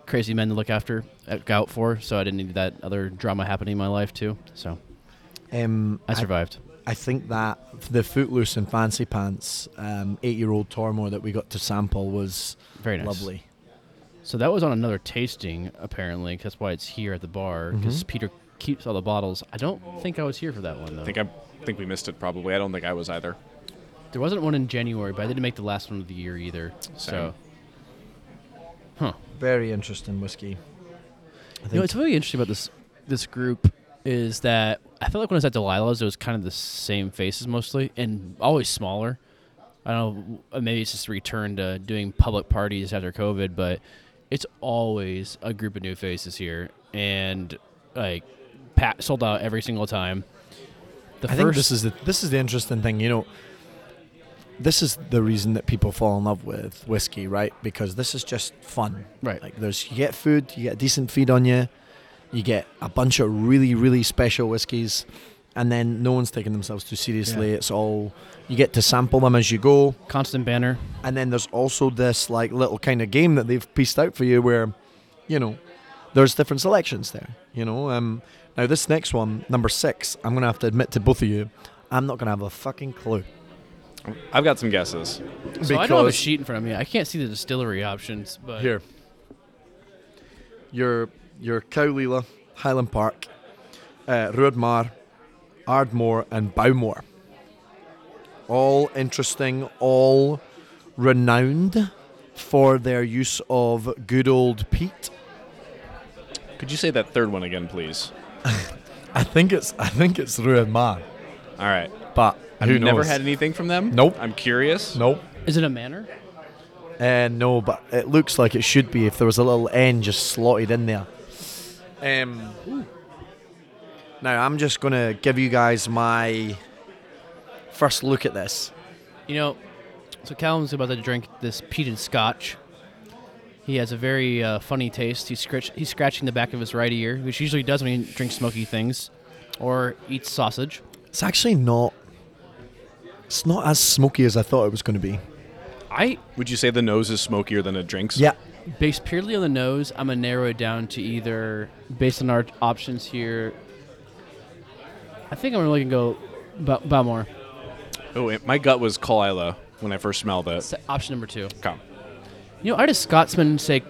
S2: crazy man to look after, look out for. So I didn't need that other drama happening in my life too. So
S1: Um,
S2: I survived.
S1: I think that the Footloose and Fancy Pants um, eight-year-old Tormor that we got to sample was
S2: Very nice.
S1: lovely.
S2: So that was on another tasting apparently.
S1: Mm-hmm.
S2: 'cause That's why it's here at the bar because Peter keeps all the bottles. I don't think I was here for that one though.
S4: I think I'm think we missed it probably. I don't think I was either.
S2: There wasn't one in January, but I didn't make the last one of the year either. So, huh.
S1: Very interesting whiskey.
S2: You know, it's really interesting about this this group is that I felt like when I was at Delilah's, it was kind of the same faces mostly, and always smaller. I don't know. Maybe it's just a return to doing public parties after COVID, but it's always a group of new faces here, and like Pat sold out every single time. The
S1: I think this is the this is the interesting thing. You know, this is the reason that people fall in love with whiskey, right? Because this is just fun,
S2: Right.
S1: Like there's you get food, you get decent feed on you, you get a bunch of really really special whiskeys, and then no one's taking themselves too seriously. It's all you get to sample them as you go,
S2: constant banner.
S1: and then there's also this like little kind of game that they've pieced out for you where, you know, there's different selections there. You know, um, now this next one, number six, I'm gonna have to admit to both of you, I'm not gonna have a fucking clue.
S4: I've got some guesses.
S2: So I don't have a sheet in front of me. I can't see the distillery options, but
S1: Here. Your your Cowleela, Highland Park, uh, Ruadmar, Ardmore, and Bowmore. All interesting, all renowned for their use of good old peat.
S4: Could you say that third one again, please?
S1: I think it's I think it's Ruadmar,
S4: All right.
S1: but
S4: I've
S1: who
S4: never
S1: knows?
S4: had anything from them.
S1: Nope.
S4: I'm curious.
S1: nope.
S2: is it a manor?
S1: Uh, no, but it looks like it should be if there was a little N just slotted in there. Um, now, I'm just going to give you guys my first look at this.
S2: You know, so Callum's about to drink this peated scotch. He has a very uh, funny taste. He's, scratch- he's scratching the back of his right ear, which he usually does when he drinks smoky things or eats sausage.
S1: It's actually not. It's not as smoky as I thought it was going to be.
S2: I,
S4: Would you say the nose is smokier than it drinks?
S1: Yeah.
S2: based purely on the nose, I'm going to narrow it down to either, based on our options here, I think I'm really going to go Ba- Balmore.
S4: Oh, it, my gut was Call Isla when I first smelled it.
S2: That's option number two.
S4: Come.
S2: You know, I had a Scotsman say,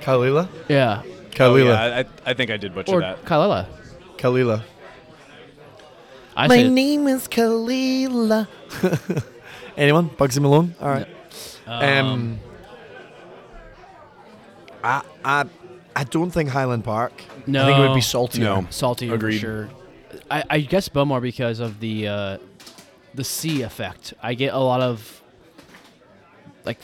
S1: Kalila?
S2: yeah,
S1: Kalila.
S4: Oh, Yeah, I, I think I did butcher
S2: or
S4: that.
S2: Kalila.
S1: Kalila.
S2: I
S1: My
S2: said,
S1: name is Kalila. Anyone? Bugsy Malone? All right. Um, I, I, I don't think Highland Park. I think it would
S2: No.
S1: be saltier.
S4: No.
S2: salty
S4: Agreed.
S2: for sure. I, I guess Bumar because of the uh, the sea effect. I get a lot of like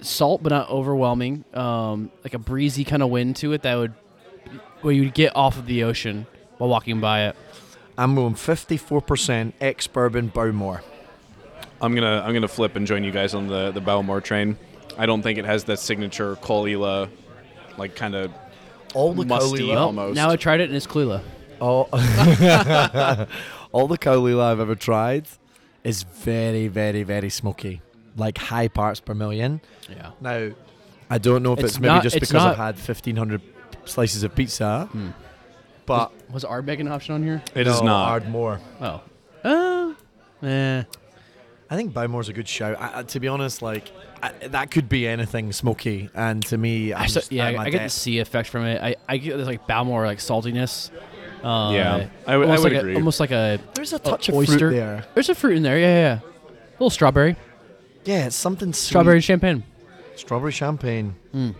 S2: salt, but not overwhelming. Um, like a breezy kind of wind to it that would well you'd get off of the ocean while walking by it.
S1: I'm going 54% ex bourbon Bowmore.
S4: I'm gonna I'm gonna flip and join you guys on the the Balmore train. I don't think it has that signature Call Isla, like kind of.
S1: All the
S4: Musty.
S1: Kaulila.
S2: Well,
S4: Almost.
S2: now I tried it and it's Clula.
S1: All, all the Kaulila I've ever tried is very, very, very smoky. Like high parts per million.
S2: Yeah.
S1: Now, I don't know if it's,
S2: It's
S1: maybe
S2: not-
S1: just
S2: it's
S1: because I've
S2: not-
S1: had 1,500 slices of pizza, but
S2: Was Ardbeg an option on here?
S4: Hmm. It is
S1: no,
S4: not.
S1: Ardmore.
S2: Oh. Uh, eh.
S1: I think Bowmore's a good shout. I, I- to be honest, like I, that could be anything smoky, and to me, I'm
S2: I
S1: just,
S2: st- yeah,
S1: I'm
S2: I,
S1: a
S2: I get
S1: dead.
S2: the sea effect from it. I, I get this like Balmore like saltiness. Uh,
S4: Yeah, I would- I
S2: almost
S4: would
S2: like
S4: agree.
S2: A, almost like a
S1: There's a
S2: a
S1: touch of
S2: oyster.
S1: fruit there.
S2: There's a fruit in there. Yeah, yeah. yeah. A little strawberry,
S1: Yeah, it's something sweet.
S2: strawberry champagne.
S1: strawberry champagne.
S4: Hmm.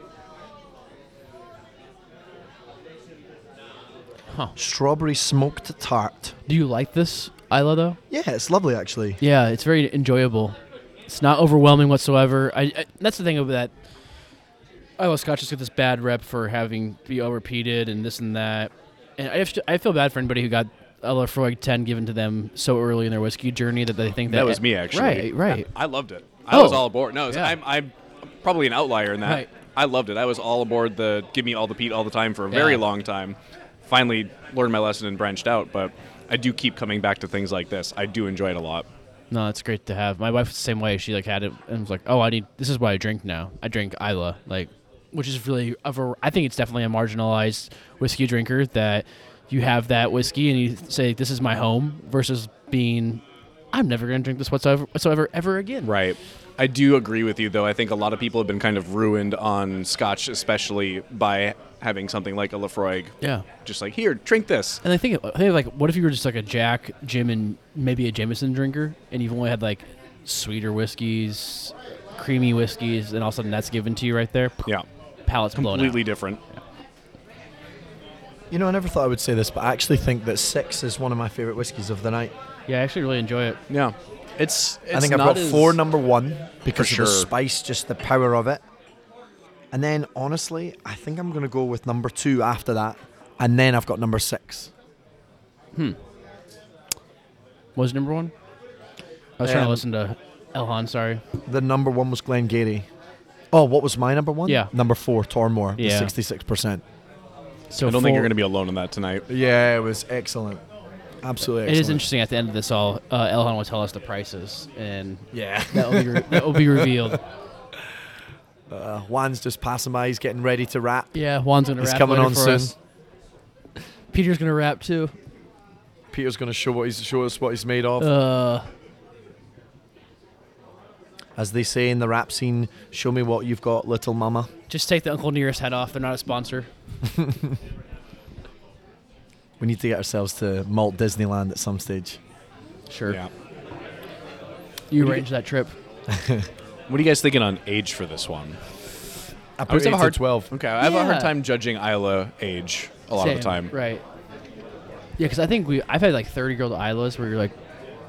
S2: Huh.
S1: Strawberry smoked tart.
S2: Do you like this Isla though?
S1: Yeah, it's lovely actually.
S2: Yeah, it's very enjoyable. It's not overwhelming whatsoever. I, I that's the thing of that. Isla scotches get this bad rep for having be overpeated and this and that, and I, have to- I feel bad for anybody who got Isla Freud ten given to them so early in their whiskey journey that they think that,
S4: That was me actually.
S2: eh, Right, right.
S4: I loved it. I
S2: Oh.
S4: was all aboard. No, it was-
S2: Yeah.
S4: I'm I'm probably an outlier in that.
S2: Right.
S4: I loved it. I was all aboard the give me all the Pete all the time for a very
S2: Yeah.
S4: long time. Finally learned my lesson and branched out, but I do keep coming back to things like this. I do enjoy it a lot.
S2: No, it's great to have. My wife was the same way. She like had it and was like, "Oh, I need this is what I drink now. I drink Isla." Like, which is really a var- I think it's definitely a marginalized whiskey drinker that you have that whiskey and you say, "This is my home," versus being, "I'm never going to drink this whatsoever whatsoever ever again."
S4: Right. I I do agree with you, though. I think a lot of people have been kind of ruined on Scotch, especially by having something like a Lafroig.
S2: Yeah.
S4: Just like here, drink this.
S2: And I think, I think like, what if you were just like a Jack, Jim, and maybe a Jameson drinker, and you've only had like sweeter whiskeys, creamy whiskeys, and all of a sudden that's given to you right there.
S4: Yeah.
S2: Palate's blown out.
S4: Completely different.
S1: You know, I never thought I would say this, but I actually think that six is one of my favorite whiskeys of the night.
S2: Yeah, I actually really enjoy it.
S4: Yeah. It's, it's
S1: I think I've
S4: not
S1: got
S4: as-
S1: four number one because
S4: For
S1: of the
S4: sure.
S1: spice, just the power of it. And then honestly, I think I'm going to go with number two after that, and then I've got number six.
S2: What was number one? I was trying to
S1: Um,
S2: listen to Elhan. Sorry.
S1: The number one was Glengarry. Oh, what was my number one?
S2: Yeah.
S1: number four, Tormore,
S2: Yeah.
S1: sixty-six percent.
S2: So
S4: I don't think
S2: full-
S4: you're going to be alone in that tonight.
S1: Yeah, it was excellent. Absolutely,
S2: It
S1: excellent.
S2: is interesting. At the end of this, all uh, Elhan will tell us the prices, and
S1: Yeah,
S2: that will be re- that will be revealed.
S1: Juan's just passing by. He's getting ready to wrap.
S2: Yeah, Juan's gonna
S1: He's
S2: rap
S1: coming
S2: later
S1: on
S2: for
S1: soon.
S2: us. Peter's gonna rap too.
S1: Peter's going to show what he's show us what he's made of.
S2: Uh,
S1: As they say in the rap scene, "Show me what you've got, little mama."
S2: just take the Uncle Nearest head off. They're not a sponsor.
S1: We need to get ourselves to Malt Disneyland at some stage.
S2: Sure.
S4: Yeah.
S2: You arrange that trip.
S4: What are you guys thinking on age for this one?
S1: I
S4: always have a hard
S1: twelve.
S4: Okay, I have a
S2: Yeah.
S4: hard time judging Isla age a lot of the
S2: Same,
S4: time.
S2: Right. Yeah, because I think we I've had like thirty year old Islas where you're like,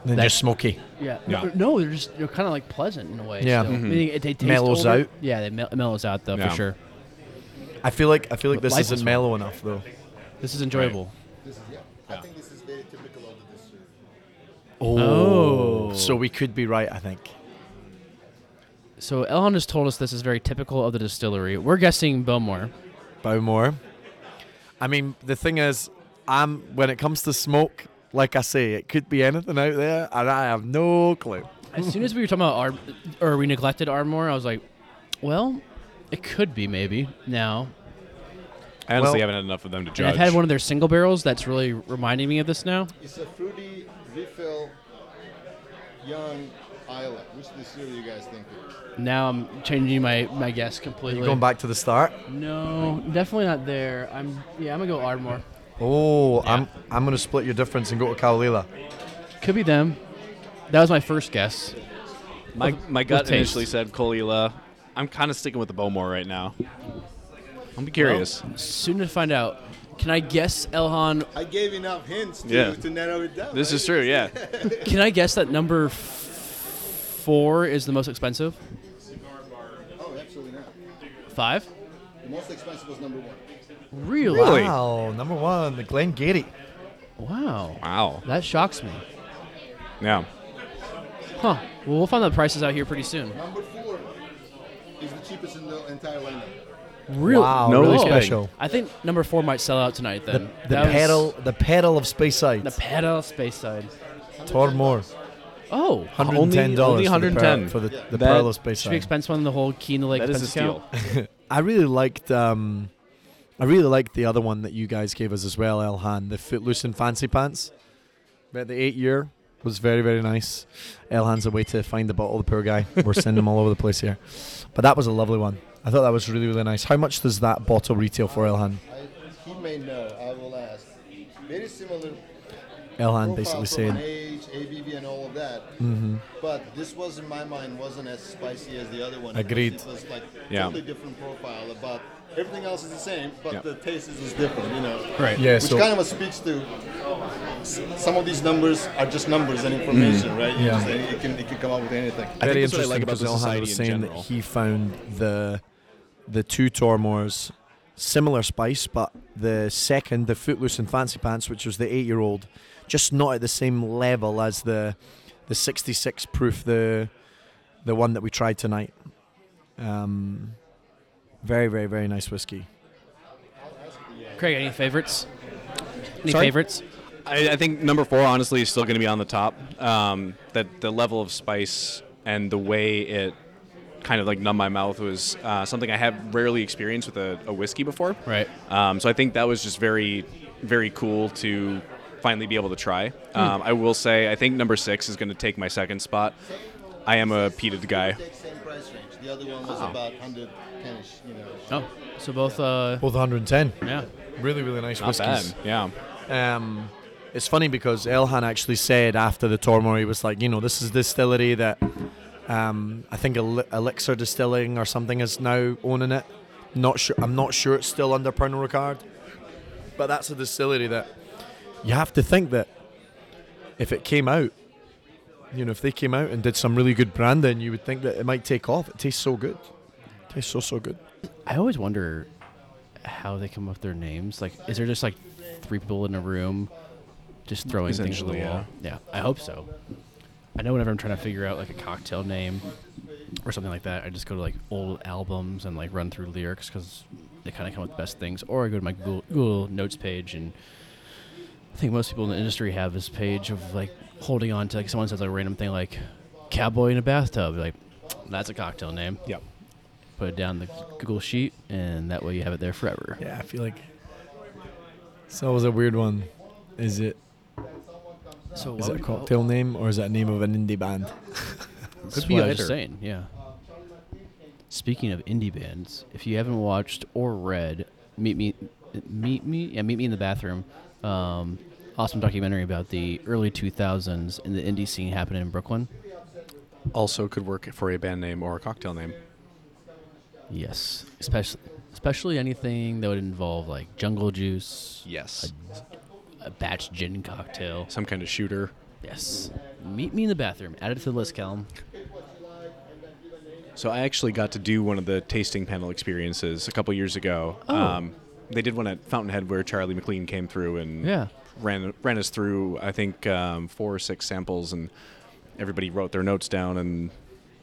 S1: Then just smoky.
S2: yeah,
S4: Yeah.
S2: No, no, they're just they're kind of like pleasant in a way.
S1: Yeah.
S2: still.
S1: Mhm.
S2: Meaning it- they taste
S1: Mellows
S2: older.
S1: out.
S2: Yeah, they mel- mellows out though
S4: Yeah.
S2: for sure.
S1: I feel like I feel like
S2: But
S1: this
S2: life is
S1: isn't
S2: fun.
S1: mellow enough though.
S2: This is enjoyable.
S3: This is, yeah. I think this is very typical of the distillery.
S2: Oh.
S1: so we could be right. I think.
S2: So Elon has told us this is very typical of the distillery. We're guessing Belmore.
S1: Bowmore. I mean, the thing is, I'm when it comes to smoke, like I say, it could be anything out there, and I have no clue.
S2: As soon as we were talking about Ar- or we neglected Armor, I was like, well, it could be maybe now.
S4: I honestly
S1: Well-
S4: haven't had enough of them to
S2: And
S4: judge.
S2: I've had one of their single barrels that's really reminding me of this now.
S3: It's a fruity refill, young Isla. Which distillery you guys think it is?
S2: Now I'm changing my, my guess completely.
S1: Going back to the start.
S2: No, definitely not there. I'm yeah, I'm gonna go Ardmore.
S1: Oh, I'm I'm gonna split your difference and go to Kalila.
S2: Could be them. That was my first guess.
S4: my my
S2: with
S4: gut
S2: taste.
S4: initially said Colila. I'm kind of sticking with the Bowmore right now. I'm curious.
S2: Soon to find out. Can I guess Elhan?
S3: I gave enough hints to,
S4: Yeah.
S3: to narrow it down.
S4: this
S3: right?
S4: is true. Yeah.
S2: Can I guess that number f- four is the most expensive?
S3: Oh, absolutely not.
S2: Five?
S3: The most expensive was number one.
S2: Really?
S4: Really?
S1: Wow, number one, the Glen Gary.
S2: Wow.
S4: wow.
S2: That shocks me.
S4: Yeah.
S2: Huh. Well, we'll find out the prices out here pretty soon.
S3: Number four is the cheapest in the entire lineup.
S2: Really?
S1: Wow,
S4: No
S1: really
S4: kidding.
S1: special.
S2: I think number four might sell out tonight then.
S1: The
S2: That was-
S1: pedal, the pedal of Speyside.
S2: The pedal space side.
S1: Tormore,
S2: Oh.
S1: hundred and
S4: Only-
S1: ten dollars.
S4: only $110.
S1: for the, for the, the
S4: That
S1: pedal of
S2: Should we
S1: Speyside.
S2: expense one the whole Key and the Lake
S4: That is a
S2: expense account?
S4: steal.
S1: I really liked. Um, I really liked the other one that you guys gave us as well, Elhan. The Footloose and Fancy Pants. About the eight year was very very nice. Elhan's a way to find the bottle. The poor guy. We're sending him all over the place here, but that was a lovely one. I thought that was really really nice. How much does that bottle retail for Elhan?
S3: I, he may know. I will ask. Very similar.
S1: Elhan
S3: profile
S1: basically
S3: from
S1: saying, Mm-hmm.
S3: an age, ABV, and all of that. But this was, in my mind, wasn't as spicy as the other one. because
S1: Agreed.
S3: It was like
S4: Yeah.
S3: totally different profile. About everything else is the same, but
S4: Yeah.
S3: the taste is just different. You know.
S2: Right.
S1: yeah,
S3: Which
S1: so
S3: kind of speaks to s- some of these numbers are just numbers and information, right? You
S1: Mm. Yeah.
S3: just- it can it can come up with
S1: I
S3: anything.
S4: Very
S1: think
S4: interesting
S1: that's what I like about
S4: because
S1: the
S4: Elhan
S1: society
S4: was
S1: in
S4: saying that
S1: general. he found the the two Tormors similar spice, but the second, the Footloose and Fancy Pants, which was the eight year old, just not at the same level as the the sixty six proof, the the one that we tried tonight. Um, very, very, very nice whiskey.
S2: Craig, any favorites? Any
S4: Sorry?
S2: favorites?
S4: I, I think number four, honestly, is still going to be on the top. Um, that the level of spice and the way it kind of like numbed my mouth was uh, something I have rarely experienced with a, a whiskey before.
S2: Right.
S4: Um, so I think that was just very, very cool to Hmm. finally be able to try. Um, I will say, I think number six is going to take my second spot. I am a peated guy.
S3: Exact same price range. The other one was
S4: Uh-huh.
S3: about 110 ish, you know.
S2: Oh, so both. Uh,
S1: Both 110.
S2: yeah.
S1: Really, really nice
S4: Not
S1: whiskeys.
S4: bad. Yeah.
S1: Um, it's funny because Elhan actually said after the Tormor, he was like, you know, this is distillery that um, I think El- Elixir Distilling or something is now owning it. Not sure. I'm not sure it's still under Pernod Ricard, but that's a distillery that you have to think that if it came out, you know, if they came out and did some really good branding, you would think that it might take off. It tastes so good. tastes so so good.
S2: I always wonder how they come up with their names. Like, is there just like three people in a room just throwing things at the wall?
S4: Essentially,
S2: Yeah. I hope so. I know whenever I'm trying to figure out like a cocktail name or something like that, I just go to like old albums and like run through lyrics because they kind of come up with the best things. Or I go to my Google, Google Notes page and I think most people in the industry have this page of like holding on to like someone says like a random thing like cowboy in a bathtub. Like, that's a cocktail name
S4: Yep.
S2: put it down the Google sheet, and that way you have it there forever.
S1: Yeah, I feel like so was a weird one. Is it
S2: So
S1: Is it a cocktail name or is that a name of an indie band?
S2: Could
S1: be
S2: be either.
S1: either.
S2: Saying, yeah. Speaking of indie bands, if you haven't watched or read, meet me, meet me, yeah, meet me in the bathroom. Um, awesome documentary about the early 2000s and the indie scene happening in Brooklyn.
S4: Also could work for a band name or a cocktail name.
S2: Yes, especially especially anything that would involve like jungle juice,
S4: Yes.
S2: a batch gin cocktail.
S4: Some kind of shooter.
S2: Yes, meet me in the bathroom. Add it to the list, Calum.
S4: So I actually got to do one of the tasting panel experiences a couple years ago. Um,
S2: Oh.
S4: they did one at Fountainhead where Charlie McLean came through and
S2: Yeah.
S4: ran ran us through I think um, four or six samples and everybody wrote their notes down and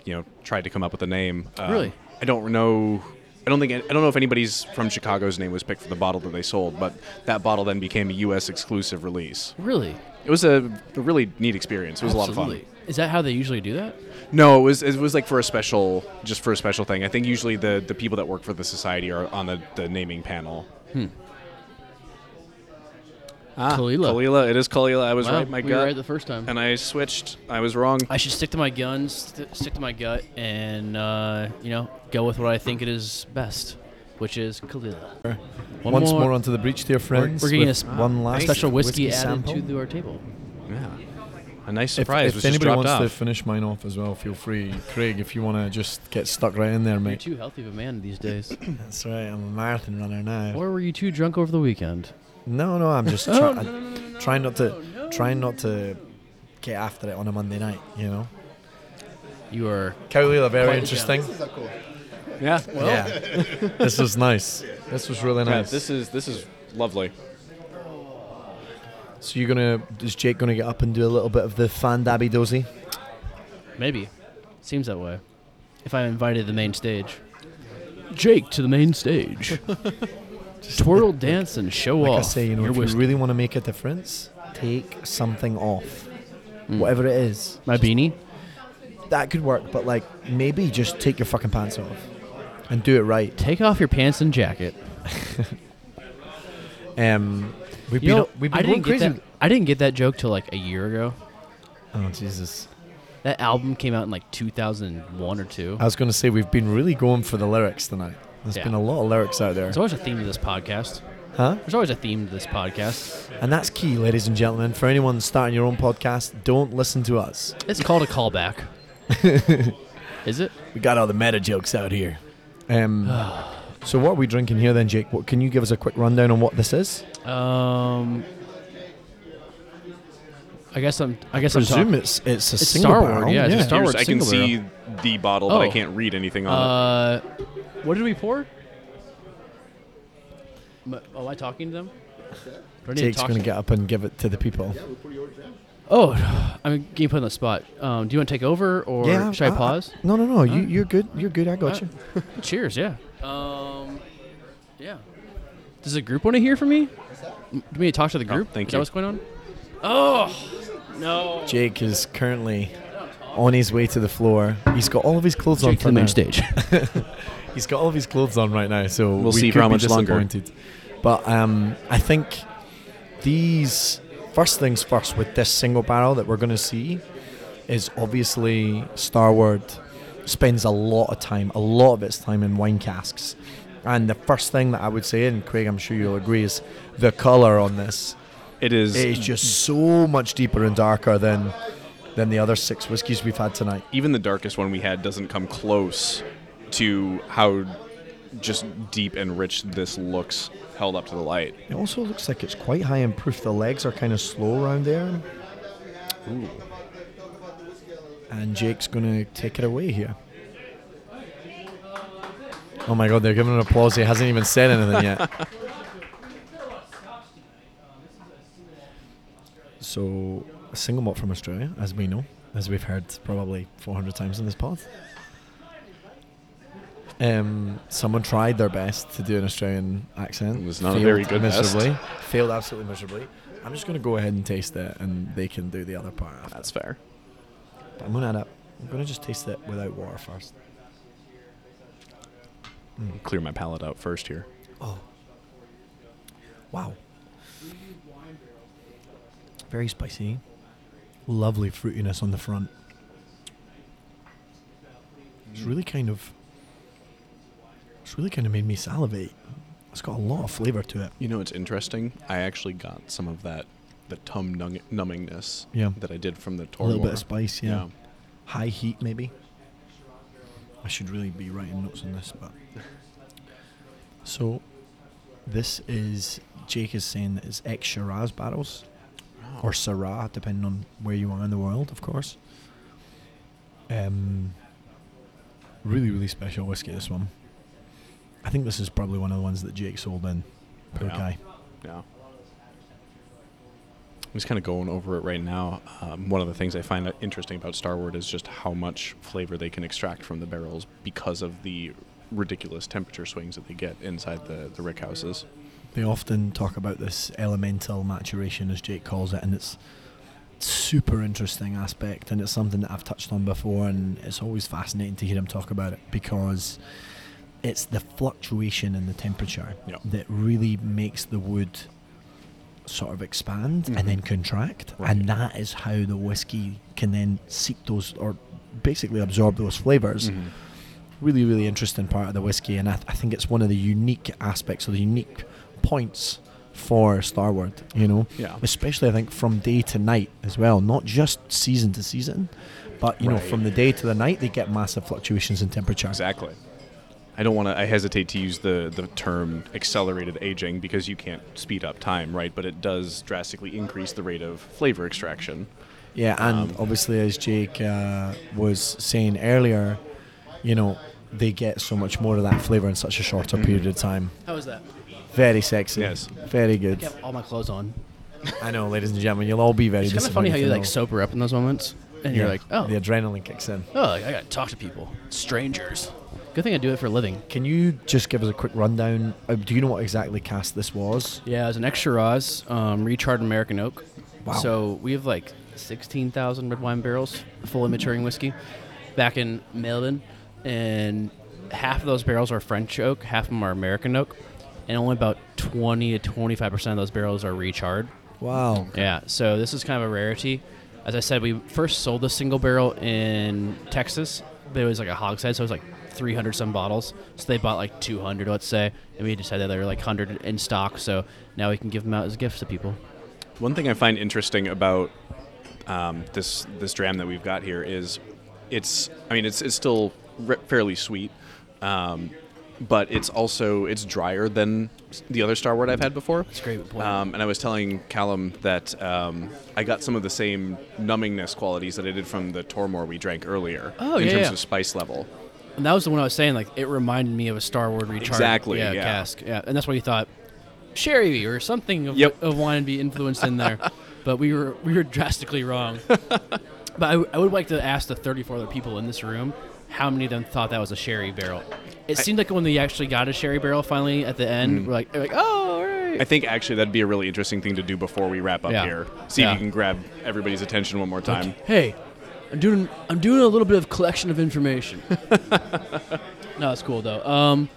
S4: you know tried to come up with a name. Um,
S2: Really?
S4: I don't know. I don't think I don't know if anybody's from Chicago's name was picked for the bottle that they sold, but that bottle then became a U.S. exclusive release.
S2: Really?
S4: It was a, a really neat experience. It was a lot of fun.
S2: Is that how they usually do that?
S4: No, it was it was like for a special, just for a special thing. I think usually the the people that work for the society are on the, the naming panel.
S2: Hmm.
S4: Ah,
S2: Kalila.
S4: Kalila. It is Kalila. I was right. My
S2: we
S4: gut.
S2: were right the first time.
S4: and I switched. I was wrong.
S2: I should stick to my guns, st- stick to my gut, and uh, you know, go with what I think it is best, which is Kalila. One
S1: Once
S2: more-
S1: more onto the breach, dear friends.
S2: we're getting
S1: with
S2: a sp-
S1: one last
S2: Special whiskey, added
S1: sample.
S2: to the, our table.
S4: yeah. A nice
S1: if,
S4: surprise
S1: if
S4: was just
S1: anybody
S4: dropped
S1: wants to
S4: off.
S1: finish mine off as well, feel free, Craig. If you want to just get stuck right in there,
S2: You're
S1: mate.
S2: too healthy of a man these days.
S1: That's right. I'm a marathon runner now.
S2: or were you too drunk over the weekend?
S1: no, no. I'm just
S2: Oh,
S1: trying
S2: no, no, no, no,
S1: trying not to
S2: no,
S1: trying not to get after it on a Monday night. You know,
S2: You are.
S1: Cowlila, very
S2: Quite the
S1: interesting.
S3: These are cool.
S4: yeah.
S1: yeah, this was nice. This was really
S4: Yeah,
S1: nice.
S4: This is this is lovely.
S1: so you're gonna is Jake gonna get up and do a little bit of the fan dabby dozy?
S2: Maybe. Seems that way. If I'm invited to the main stage. Jake to the main stage. Twirl, dance, and show
S1: Like
S2: off.
S1: I say, you know,
S2: your
S1: if you
S2: whiskey.
S1: really want to make a difference, take something off,
S2: Mm.
S1: whatever it is.
S2: my beanie.
S1: That could work, but like maybe just take your fucking pants off and do it right.
S2: Take off your pants and jacket.
S1: Um, we've
S2: You
S1: been
S2: know,
S1: we've
S2: I
S1: been going
S2: didn't get
S1: crazy.
S2: that. I didn't get that joke till like a year ago.
S1: with- Oh Jesus!
S2: That album came out in like 2001 or two.
S1: I was going to say we've been really going for the lyrics tonight. There's
S2: Yeah.
S1: been a lot of lyrics out there,
S2: There's always a theme to this podcast.
S1: huh?
S2: There's always a theme to this podcast.
S1: And that's key, ladies and gentlemen. For anyone starting your own podcast, don't listen to us.
S2: It's called a callback. Is it?
S1: We got all the meta jokes out here. Um, so what are we drinking here then, Jake? What, can you give us a quick rundown on what this is?
S2: Um, I guess I'm. I guess I'm.
S1: presume
S2: talking-
S1: it's it's a
S2: It's
S1: single
S2: Star Wars,
S1: barrel.
S2: yeah, it's a Star Wars
S4: Here's- I can
S2: single barrel.
S4: see the bottle, but I
S2: Oh.
S4: can't read anything on
S2: Uh, what did we pour? M- oh, am I talking to them? Do I need to
S1: Jake's
S2: talk
S1: going to
S2: to-
S1: get up and give it to the people.
S3: Yeah, we put yours down.
S2: Oh, I'm getting put on the spot. Um, do you want to take over, or should I, pause?
S1: no, no, no. You, you're good. You're good. I got
S2: Alright.
S1: you.
S2: Cheers, yeah. Um, yeah. Does the group want to hear from me? M- Do we need to talk to the group?
S4: thank
S2: Is
S4: you.
S2: that what's going on? Oh, no.
S1: Jake is currently on his way to the floor. He's got all of his clothes on
S2: Jake to
S1: for
S2: the main
S1: now.
S2: stage.
S1: He's got all of his clothes on right now, so
S4: We'll
S1: we
S4: see for
S1: could
S4: how
S1: be
S4: much longer.
S1: disappointed. But um, I think these first things first with this single barrel that we're going to see is obviously Starward spends a lot of time, a lot of its time in wine casks. And the first thing that I would say, and Craig, I'm sure you'll agree, is the color on this
S4: It is.
S1: is just so much deeper and darker than than the other six whiskies we've had tonight.
S4: even the darkest one we had doesn't come close to how just deep and rich this looks held up to the light.
S1: It also looks like it's quite high in proof. The legs are kind of slow around there.
S4: Ooh.
S1: And Jake's going to take it away here. Oh my God, they're giving him applause. He hasn't even said anything yet. so, a single malt from Australia, as we know, as we've heard probably 400 times in this pod. Um, someone tried their best to do an Australian accent.
S4: It was not a
S1: failed
S4: very good best.
S1: miserably. Failed absolutely miserably. I'm just going to go ahead and taste it, and they can do the other part. After.
S4: That's fair.
S1: But I'm gonna add up. I'm gonna just taste it without water first.
S4: Clear my palate out first here.
S1: Oh, wow! Very spicy. Lovely fruitiness on the front. It's really kind of. It's really kind of made me salivate. It's got a lot of flavor to it.
S4: You know, it's interesting. I actually got some of that, the tum nung- numbingness
S1: Yeah.
S4: that I did from the
S1: A
S4: Tor.
S1: little bit of spice, yeah. High heat, maybe. I should really be writing notes on this, but. So, this is Jake is saying that it's ex Shiraz barrels, or Syrah, depending on where you are in the world, of course. Um, really, really special whiskey. This one. I think this is probably one of the ones that Jake sold in. Poor
S4: Yeah.
S1: guy.
S4: Yeah. I'm just kind of going over it right now. Um, one of the things I find interesting about Starward is just how much flavor they can extract from the barrels because of the ridiculous temperature swings that they get inside the, the rick houses.
S1: They often talk about this elemental maturation, as Jake calls it, and it's super interesting aspect, and it's something that I've touched on before, and it's always fascinating to hear him talk about it because it's the fluctuation in the temperature
S4: Yeah.
S1: that really makes the wood sort of expand
S4: Mhm.
S1: and then contract,
S4: Right.
S1: and that is how the whiskey can then seek those or basically absorb those flavors
S4: Mm-hmm.
S1: really, really interesting part of the whiskey, and I, th- I think it's one of the unique aspects or the unique points for Starward. You know,
S4: Yeah.
S1: especially I think from day to night as well, not just season to season, but you know
S4: Right.
S1: from the day to the night they get massive fluctuations in temperature.
S4: Exactly. I don't want to. I hesitate to use the the term accelerated aging because you can't speed up time, right? But it does drastically increase the rate of flavor extraction.
S1: Yeah,
S4: um,
S1: and obviously, as Jake uh, was saying earlier, you know they get so much more of that flavor in such a shorter period of time.
S2: How was that?
S1: Very sexy.
S4: Mm-hmm. Yes.
S1: Very good.
S2: I have all my clothes on.
S1: I know, ladies and gentlemen, you'll all be very.
S2: It's kind of
S1: disappointed
S2: funny how you
S1: to
S2: like
S1: know.
S2: sober up in those moments, and you're
S1: Yeah,
S2: like, oh,
S1: the adrenaline kicks in.
S2: oh, I gotta talk to people, strangers. Good thing I do it for a living.
S1: Can you just give us a quick rundown? Uh, do you know what exactly cast this was?
S2: Yeah, as an extra Shiraz, um, recharred American oak.
S1: Wow.
S2: So we have like 16,000 red wine barrels full of maturing whiskey back in Melbourne. And half of those barrels are French oak, half of them are American oak. And only about 20 to 25% of those barrels are recharred.
S1: Wow.
S2: Yeah, so this is kind of a rarity. As I said, we first sold the single barrel in Texas, but it was like a hogshead, so it was like 300 some bottles. So they bought like 200, let's say, and we decided they were like 100 in stock. So now we can give them out as gifts to people.
S4: One thing I find interesting about um, this this dram that we've got here is it's I mean it's it's still re- fairly sweet, um, but it's also it's drier than s- the other Star Wars I've had before. That's
S2: a great point.
S4: Um, and I was telling Callum that um, I got some of the same numbingness qualities that I did from the Tormor we drank earlier
S2: Oh,
S4: in
S2: yeah,
S4: terms
S2: yeah.
S4: of spice level.
S2: And that was the one I was saying, like, it reminded me of a Star Wars recharge.
S4: Exactly,
S2: Yeah,
S4: yeah.
S2: cask. Yeah, and that's why you thought sherry or something of,
S4: Yep.
S2: of wine to be influenced in there. but we were we were drastically wrong. but I, w- I would like to ask the 34 other people in this room how many of them thought that was a sherry barrel. It seemed like when they actually got a sherry barrel finally at the
S4: Mm.
S2: end, we're like, they're like, oh, all right.
S4: I think actually that'd be a really interesting thing to do before we wrap up
S2: Yeah.
S4: here. See
S2: Yeah.
S4: if you can grab everybody's attention one more time.
S2: hey, I'm doing I'm doing a little bit of collection of information. no, it's cool though. Um,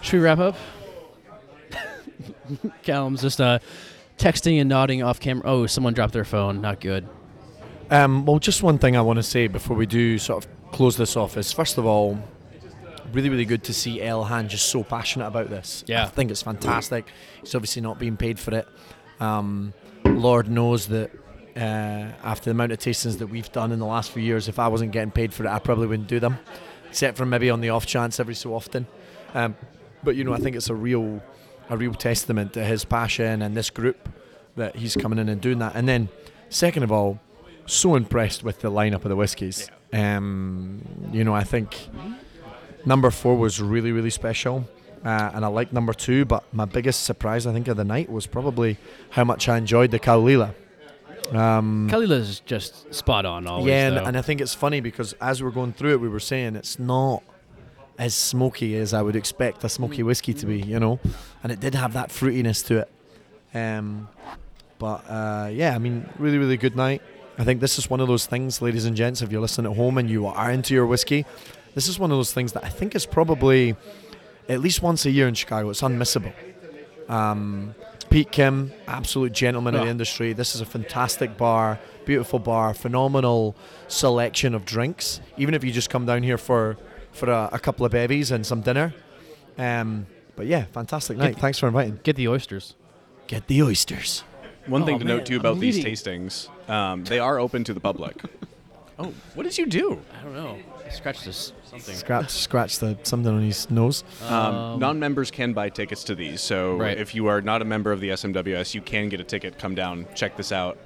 S2: should we wrap up? Callum's just uh, texting and nodding off camera. Oh, someone dropped their phone. Not good.
S1: Um, well, just one thing I want to say before we do sort of close this off is first of all, really, really good to see Elhan just so passionate about this.
S2: Yeah.
S1: I think it's fantastic. He's obviously not being paid for it. Um, Lord knows that uh, after the amount of tastings that we've done in the last few years, if I wasn't getting paid for it, I probably wouldn't do them, except for maybe on the off chance every so often. Um, but you know, I think it's a real, a real testament to his passion and this group that he's coming in and doing that. And then, second of all, so impressed with the lineup of the whiskies. Um, you know, I think number four was really, really special. Uh, and I like number two, but my biggest surprise, I think, of the night was probably how much I enjoyed the Kaulila.
S2: Kalila's just spot on always.
S1: Mm. yeah, and,
S2: though.
S1: and I think it's funny because as we're going through it, we were saying it's not as smoky as I would expect a smoky whiskey to be, you know, and it did have that fruitiness to it. Um, but uh, yeah, I mean, really, really good night. I think this is one of those things, ladies and gents, if you're listening at home and you are into your whiskey, this is one of those things that I think is probably at least once a year in Chicago. It's unmissable. Pete Kim, absolute gentleman of
S2: Yeah.
S1: the industry. This is a fantastic bar, beautiful bar, phenomenal selection of drinks. Even if you just come down here for for a, a couple of bevies and some dinner. Um, but yeah, fantastic night. Thanks for inviting.
S2: get the oysters.
S1: Get the oysters.
S4: One thing
S2: Oh,
S4: to
S2: man,
S4: note too
S2: I'm
S4: about these
S2: leading.
S4: tastings, um, they are open to the public. oh, what did you do?
S2: I don't know. I scratched this something.
S1: Scratch, scratch the something on his nose.
S4: Um, non-members can buy tickets to these, so
S2: Right.
S4: if you are not a member of the SMWS, you can get a ticket. Come down, check this out.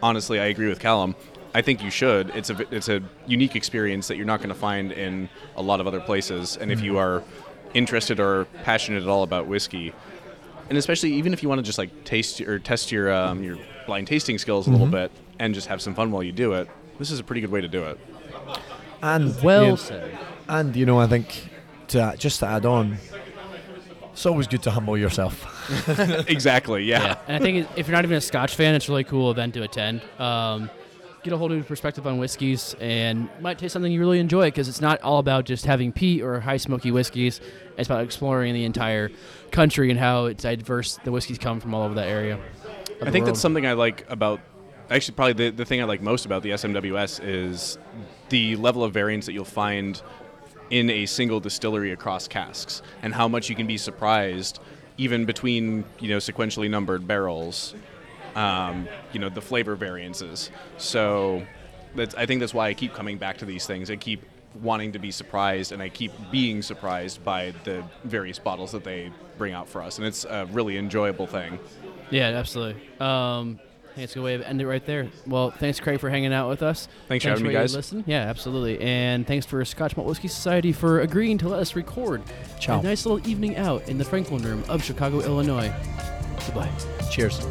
S4: Honestly, I agree with Callum. I think you should. It's a it's a unique experience that you're not going to find in a lot of other places. And if
S2: Mm-hmm.
S4: you are interested or passionate at all about whiskey, and especially even if you want to just like taste or test your um, your blind tasting skills a little
S2: Mm-hmm.
S4: bit and just have some fun while you do it, this is a pretty good way to do it.
S1: And
S2: Well
S1: you-
S2: said.
S1: And you know, I think to, just to add on, it's always good to humble yourself.
S4: exactly.
S2: Yeah, and I think if you're not even a Scotch fan, it's a really cool event to attend. Um, get a whole new perspective on whiskeys, and might taste something you really enjoy because it's not all about just having peat or high smoky whiskeys. It's about exploring the entire country and how it's diverse the whiskeys come from all over that area.
S4: I think that's something I like about. Actually, probably the, the thing I like most about the SMWS is the level of variance that you'll find in a single distillery across casks, and how much you can be surprised, even between you know sequentially numbered barrels, um, you know the flavor variances. So, that's, I think that's why I keep coming back to these things. I keep wanting to be surprised, and I keep being surprised by the various bottles that they bring out for us, and it's a really enjoyable thing.
S2: Yeah, absolutely. Um, I think it's a good way to end it right there. Well, thanks, Craig, for hanging out with us.
S4: Thanks for having me,
S2: your
S4: guys.
S2: Listen. Yeah, absolutely. And thanks for Scotch Malt Whiskey Society for agreeing to let us record
S1: Ciao.
S2: a nice little evening out in the Franklin Room of Chicago, Illinois. Goodbye.
S1: Cheers.